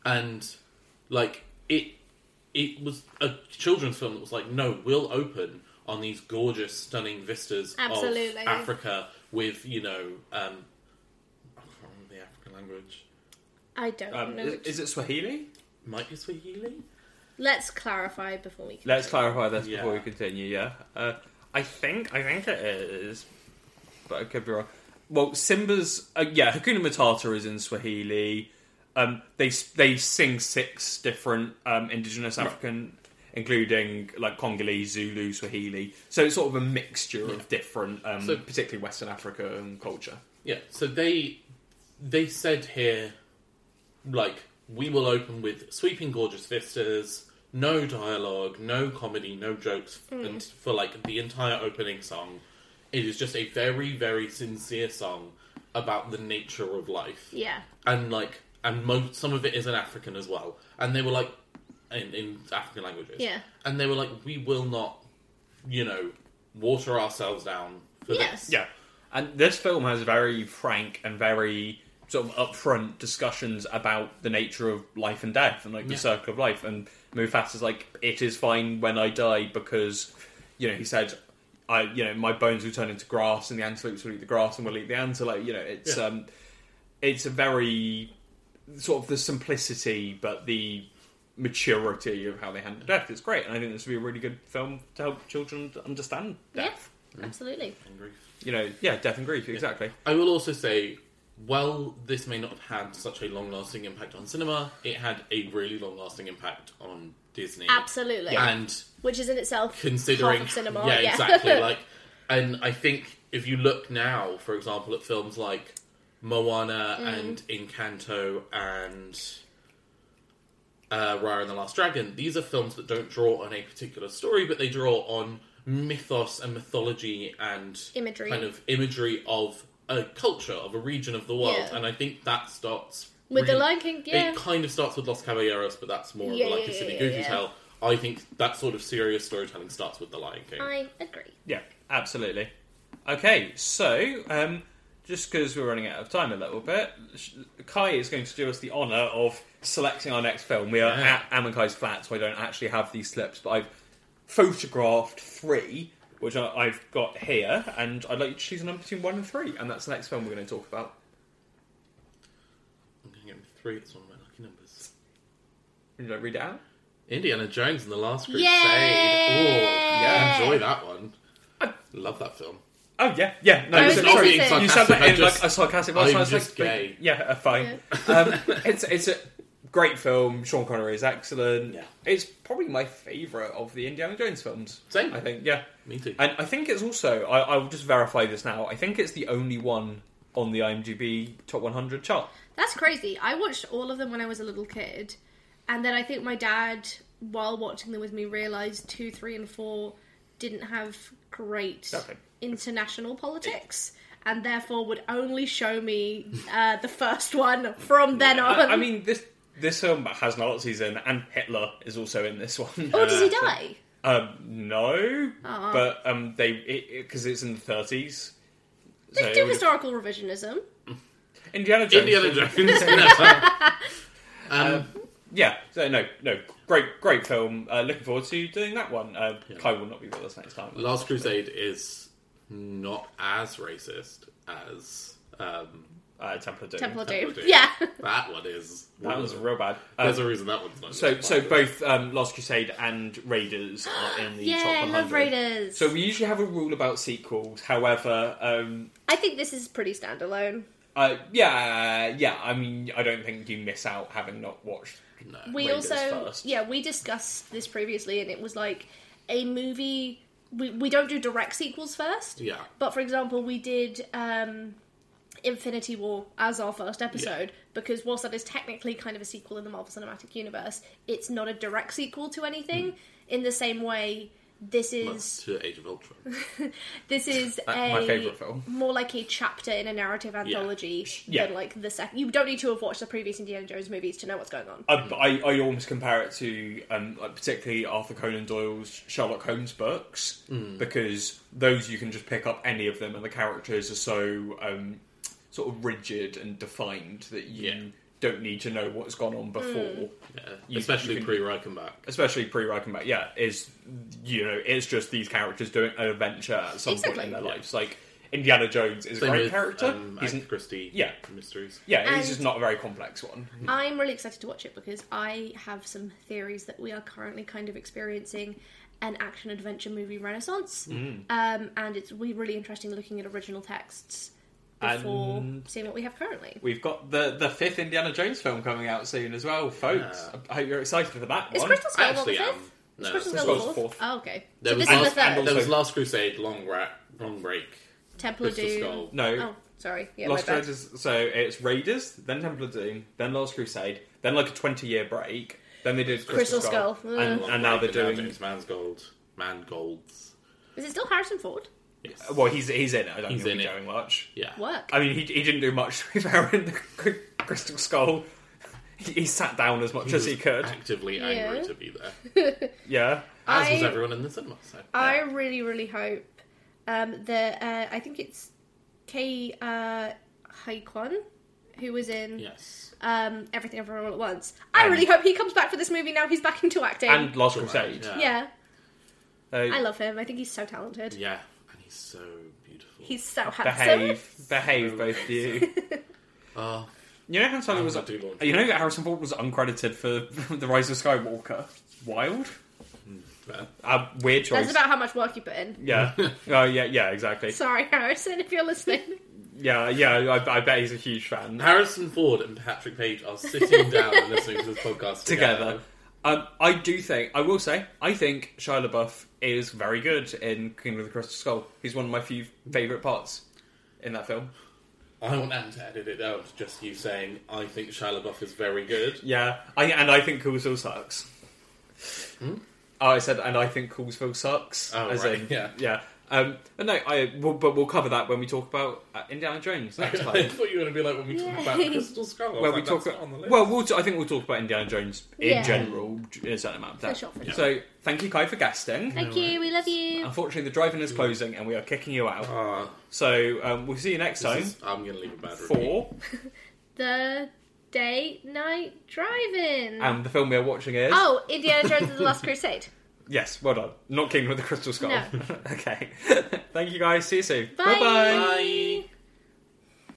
Speaker 4: And like, it it was a children's film that was like, no, we'll open on these gorgeous, stunning vistas of
Speaker 2: Absolutely.
Speaker 4: Africa with, you know, um, I can't remember the African language.
Speaker 2: I don't
Speaker 3: Um,
Speaker 2: know.
Speaker 3: is,
Speaker 2: which-
Speaker 3: is it Swahili?
Speaker 4: Might be Swahili?
Speaker 2: Let's clarify before we.
Speaker 3: Let's clarify this
Speaker 4: Yeah.
Speaker 3: before we continue. Yeah, uh, I think I think it is, but I could be wrong. Well, Simba's uh, yeah, Hakuna Matata is in Swahili. Um, they s- they sing six different um, indigenous African, including like Congolese, Zulu, Swahili. So it's sort of a mixture of different, um,
Speaker 4: So-
Speaker 3: particularly Western African culture.
Speaker 4: Yeah, so they they said here like we will open with sweeping gorgeous vistas, no dialogue, no comedy, no jokes
Speaker 2: Mm.
Speaker 4: and for like the entire opening song. It is just a very very sincere song about the nature of life
Speaker 2: Yeah.
Speaker 4: and like and mo- some of it is in African as well. And they were like in, in African languages.
Speaker 2: Yeah.
Speaker 4: And they were like, we will not, you know, water ourselves down for
Speaker 2: Yes.
Speaker 4: this.
Speaker 3: Yeah, and this film has very frank and very sort of upfront discussions about the nature of life and death and like the
Speaker 4: Yeah.
Speaker 3: circle of life. And Mufasa's like, "It is fine when I die because, you know," he said, "I, you know, my bones will turn into grass, and the antelopes will eat the grass, and we'll eat the antelope." You know, it's
Speaker 4: Yeah.
Speaker 3: um, it's a very sort of the simplicity, but the maturity of how they handle death is great and i think this would be a really good film to help children to understand
Speaker 2: Yeah.
Speaker 3: death
Speaker 2: Absolutely.
Speaker 4: And grief.
Speaker 3: you know yeah death and grief exactly
Speaker 4: I will also say, while this may not have had such a long lasting impact on cinema, it had a really long lasting impact on Disney.
Speaker 2: Absolutely.
Speaker 4: And
Speaker 2: Which is in itself
Speaker 4: considering.
Speaker 2: half of cinema. [laughs]
Speaker 4: yeah, exactly. like, and I think if you look now, for example, at films like Moana
Speaker 2: Mm-hmm.
Speaker 4: and Encanto and. Uh, Raya and the Last Dragon. These are films that don't draw on a particular story, but they draw on mythos and mythology and
Speaker 2: Imagery.
Speaker 4: kind of imagery of a culture of a region of the world,
Speaker 2: Yeah.
Speaker 4: and I think that starts
Speaker 2: With The Lion King, yeah.
Speaker 4: It kind of starts with Los Caballeros, but that's more
Speaker 2: Yeah,
Speaker 4: of like
Speaker 2: yeah,
Speaker 4: a silly
Speaker 2: yeah,
Speaker 4: goofy
Speaker 2: yeah.
Speaker 4: tale. I think that sort of serious storytelling starts with The Lion King.
Speaker 2: I agree.
Speaker 3: Yeah, absolutely. Okay, so um, just because we're running out of time a little bit, sh- Kai is going to do us the honour of selecting our next film. We are
Speaker 4: Yeah.
Speaker 3: at Amakai's flat, so I don't actually have these slips, but I've photographed three, which I- I've got here, and I'd like you to choose a number between one and three, and that's the next film we're going to talk about.
Speaker 4: three. It's one of my lucky numbers.
Speaker 3: Did I read it out?
Speaker 4: Indiana Jones and the Last Crusade.
Speaker 2: Yay!
Speaker 4: Ooh, yeah, enjoy that one. I love that film.
Speaker 3: Oh yeah, yeah. No,
Speaker 2: I
Speaker 3: you
Speaker 2: was
Speaker 3: said-
Speaker 2: thinking
Speaker 3: sorry.
Speaker 2: the same.
Speaker 3: You said that
Speaker 4: I
Speaker 3: in
Speaker 4: just-
Speaker 3: like a sarcastic voice.
Speaker 4: I'm
Speaker 3: and I was
Speaker 4: just
Speaker 3: like,
Speaker 4: gay.
Speaker 3: Yeah, uh, fine. um, it's it's a great film. Sean Connery is excellent.
Speaker 4: Yeah.
Speaker 3: It's probably my favourite of the Indiana Jones films.
Speaker 4: Same.
Speaker 3: I think. Yeah,
Speaker 4: Me too.
Speaker 3: and I think it's also. I, I will just verify this now. I think it's the only one on the IMDb top 100 chart.
Speaker 2: That's crazy. I watched all of them when I was a little kid, and then I think my dad, while watching them with me, realised two, three, and four didn't have great
Speaker 3: Okay.
Speaker 2: international politics, and therefore would only show me uh, the first one from then on.
Speaker 3: I, I mean this. This film has Nazis in, and Hitler is also in this one.
Speaker 2: oh, does he
Speaker 3: uh,
Speaker 4: Uh,
Speaker 3: So-
Speaker 2: die?
Speaker 3: Um, no,
Speaker 2: Aw.
Speaker 3: but um, they because it's in the thirties. So
Speaker 2: They
Speaker 3: it
Speaker 2: do
Speaker 3: would've-
Speaker 2: historical revisionism.
Speaker 3: Indiana Jones.
Speaker 4: Indiana Jones. [laughs] never. um,
Speaker 3: Yeah. So no, no, great, great film. Uh, looking forward to doing that one. Uh, Kai will not be with us next time.
Speaker 4: Last Crusade is not as racist as um,
Speaker 3: Uh, Temple of Doom.
Speaker 2: Temple of
Speaker 4: Temple
Speaker 2: Doom.
Speaker 4: of Doom.
Speaker 2: Yeah.
Speaker 4: that one is.
Speaker 3: That was real bad.
Speaker 4: There's
Speaker 3: Um,
Speaker 4: a reason that one's not.
Speaker 3: so, so both um, Last Crusade and
Speaker 2: [gasps]
Speaker 3: Raiders are in the top
Speaker 2: Yeah, I
Speaker 3: 100.
Speaker 2: love Raiders.
Speaker 3: So we usually have a rule about sequels. However, um,
Speaker 2: I think this is pretty standalone.
Speaker 3: uh, yeah, yeah. I mean, I don't think you miss out having not watched.
Speaker 4: No.
Speaker 2: we
Speaker 3: Raiders
Speaker 2: also
Speaker 3: first.
Speaker 2: yeah we discussed this previously and it was like a movie we, we don't do direct sequels first
Speaker 4: Yeah.
Speaker 2: but for example we did um Infinity War as our first episode because whilst that is technically kind of a sequel in the Marvel Cinematic Universe, it's not a direct sequel to anything.
Speaker 3: Hmm.
Speaker 2: In the same way, this
Speaker 4: Well,
Speaker 2: is
Speaker 4: to Age of Ultron.
Speaker 2: this is
Speaker 3: That-
Speaker 2: a
Speaker 3: [laughs] my favourite film.
Speaker 2: more like a chapter in a narrative anthology
Speaker 3: Yeah.
Speaker 2: than like the second. You don't need to have watched the previous Indiana Jones movies to know what's going on.
Speaker 3: I, I, I almost compare it to um, like particularly Arthur Conan Doyle's Sherlock Holmes books
Speaker 4: Hmm.
Speaker 3: because those you can just pick up any of them and the characters are so um, sort of rigid and defined that you
Speaker 4: Yeah.
Speaker 3: don't need to know what's gone on before.
Speaker 2: Hmm.
Speaker 4: Yeah.
Speaker 3: You-
Speaker 4: Especially
Speaker 3: you can-
Speaker 4: pre Reichenbach.
Speaker 3: Especially pre-Reichenbach, yeah, is you know it's just these characters doing an adventure at some
Speaker 2: Exactly.
Speaker 3: point in their
Speaker 4: Yeah.
Speaker 3: lives. Like Indiana Jones is a great character.
Speaker 4: Um,
Speaker 3: he's
Speaker 4: Agatha
Speaker 3: n-
Speaker 4: Christie.
Speaker 3: Yeah.
Speaker 4: Mysteries.
Speaker 3: yeah,
Speaker 2: And-
Speaker 3: he's just not a very complex one.
Speaker 2: I'm really excited to watch it because I have some theories that we are currently kind of experiencing an action adventure movie renaissance,
Speaker 4: Mm.
Speaker 2: um, and it's we really interesting looking at original texts before seeing what we have currently.
Speaker 3: We've got the the fifth Indiana Jones film coming out soon as well, folks.
Speaker 4: Yeah.
Speaker 3: I hope you're excited for that
Speaker 2: Is
Speaker 3: one.
Speaker 2: Crystal Skull
Speaker 4: I
Speaker 2: on the
Speaker 4: actually am.
Speaker 2: fifth? Is
Speaker 4: No,
Speaker 2: Crystal
Speaker 3: Crystal
Speaker 2: Skull the
Speaker 3: Skull's
Speaker 2: fourth?
Speaker 3: fourth.
Speaker 2: Oh, okay.
Speaker 4: There
Speaker 2: so
Speaker 4: was,
Speaker 2: this is the
Speaker 4: last,
Speaker 2: third.
Speaker 3: and
Speaker 4: there was
Speaker 3: also-
Speaker 4: Last Crusade, Long Rat, Long Break,
Speaker 2: Temple of
Speaker 4: Crystal
Speaker 2: Doom.
Speaker 4: Skull.
Speaker 2: Oh,
Speaker 3: no,
Speaker 2: sorry. Yeah,
Speaker 3: Lost
Speaker 2: my bad.
Speaker 3: Raiders. So it's Raiders, then Temple of Doom, then Last Crusade, then like a twenty year break. Then they did Crystal,
Speaker 2: Crystal Skull. Mm.
Speaker 3: and,
Speaker 4: Long
Speaker 3: and now they're
Speaker 4: Break, and
Speaker 3: doing.
Speaker 4: James Mangold. Mangolds.
Speaker 2: Is it still Harrison Ford?
Speaker 4: Yes.
Speaker 3: Well, he's he's in it. I don't
Speaker 4: He's
Speaker 3: think
Speaker 4: in
Speaker 3: he's
Speaker 4: it.
Speaker 3: doing much.
Speaker 4: yeah.
Speaker 2: Work.
Speaker 3: I mean, he he didn't do much [laughs] with Aaron the Crystal Skull. He, he sat down as much as he
Speaker 4: was
Speaker 3: could.
Speaker 4: Actively angry
Speaker 2: Yeah.
Speaker 4: to be
Speaker 2: [laughs]
Speaker 4: there.
Speaker 3: Yeah.
Speaker 4: As was
Speaker 2: I-
Speaker 4: everyone in the cinema. So.
Speaker 2: I really, really hope um, that uh, I think it's K. Uh, Haikon who was in
Speaker 4: Yes.
Speaker 2: um, Everything Everywhere All at Once. I
Speaker 3: And-
Speaker 2: really hope he comes back for this movie now he's back into acting.
Speaker 3: And uh, Last
Speaker 4: Right,
Speaker 3: Crusade.
Speaker 2: yeah,
Speaker 3: So
Speaker 2: I love him. I think he's so talented.
Speaker 4: Yeah. And he's so beautiful.
Speaker 2: He's so handsome.
Speaker 3: behave, behave, both of you.
Speaker 4: Oh,
Speaker 3: You know Han Solo was
Speaker 4: not too long.
Speaker 3: you know that Harrison Ford was uncredited for [laughs] the Rise of Skywalker. Wild,
Speaker 4: fair.
Speaker 3: uh, weird choice.
Speaker 2: That's about how much work you put in.
Speaker 3: yeah, oh yeah, yeah, exactly.
Speaker 2: Sorry, Harrison, if you're listening.
Speaker 3: [laughs] Yeah, yeah. I, I bet he's a huge fan.
Speaker 4: Harrison Ford and Patrick Page are
Speaker 2: [laughs]
Speaker 4: sitting down and listening to this
Speaker 3: [laughs]
Speaker 4: podcast
Speaker 3: Together, um, I do think I will say I think Shia LaBeouf is very good in Kingdom of the Crystal Skull. He's one of my few favorite parts in that film.
Speaker 4: I want Anne to edit it out. Just you saying, I think Shia LaBeouf is very good.
Speaker 3: Yeah, I, and I think Coolsville sucks. Oh, I said, and I think Coolsville sucks.
Speaker 4: Hmm? Oh,
Speaker 3: as
Speaker 4: right,
Speaker 3: in,
Speaker 4: yeah.
Speaker 3: yeah. Um, but no, I. We'll, but we'll cover that when we talk about uh, Indiana Jones next
Speaker 4: [laughs] I
Speaker 3: time.
Speaker 4: thought you were going to be like when we talk about
Speaker 2: Yay.
Speaker 4: Crystal Skull. I was
Speaker 3: When we
Speaker 4: like,
Speaker 3: talk,
Speaker 4: that's not
Speaker 3: about,
Speaker 4: on the list.
Speaker 3: well, we'll t- I think we'll talk about Indiana Jones in
Speaker 2: Yeah.
Speaker 3: general in a certain amount of time.
Speaker 2: sure, for sure.
Speaker 3: So, thank you, Kai, for guesting.
Speaker 2: Thank you, we love you.
Speaker 3: Unfortunately, the driving
Speaker 4: Mm.
Speaker 3: is closing, and we are kicking you out.
Speaker 4: Ah,
Speaker 3: So, um, we'll see you next
Speaker 4: this
Speaker 3: time.
Speaker 4: is- I'm going to leave a bad review.
Speaker 3: Four,
Speaker 2: The date night driving.
Speaker 3: and the film we are watching is
Speaker 2: oh, Indiana Jones and the
Speaker 3: [laughs]
Speaker 2: Last Crusade.
Speaker 3: yes, well [laughs] done, not Kingdom of the Crystal Skull.
Speaker 2: No.
Speaker 3: okay, thank you guys. See you soon.
Speaker 2: Bye.
Speaker 3: bye.
Speaker 4: Bye.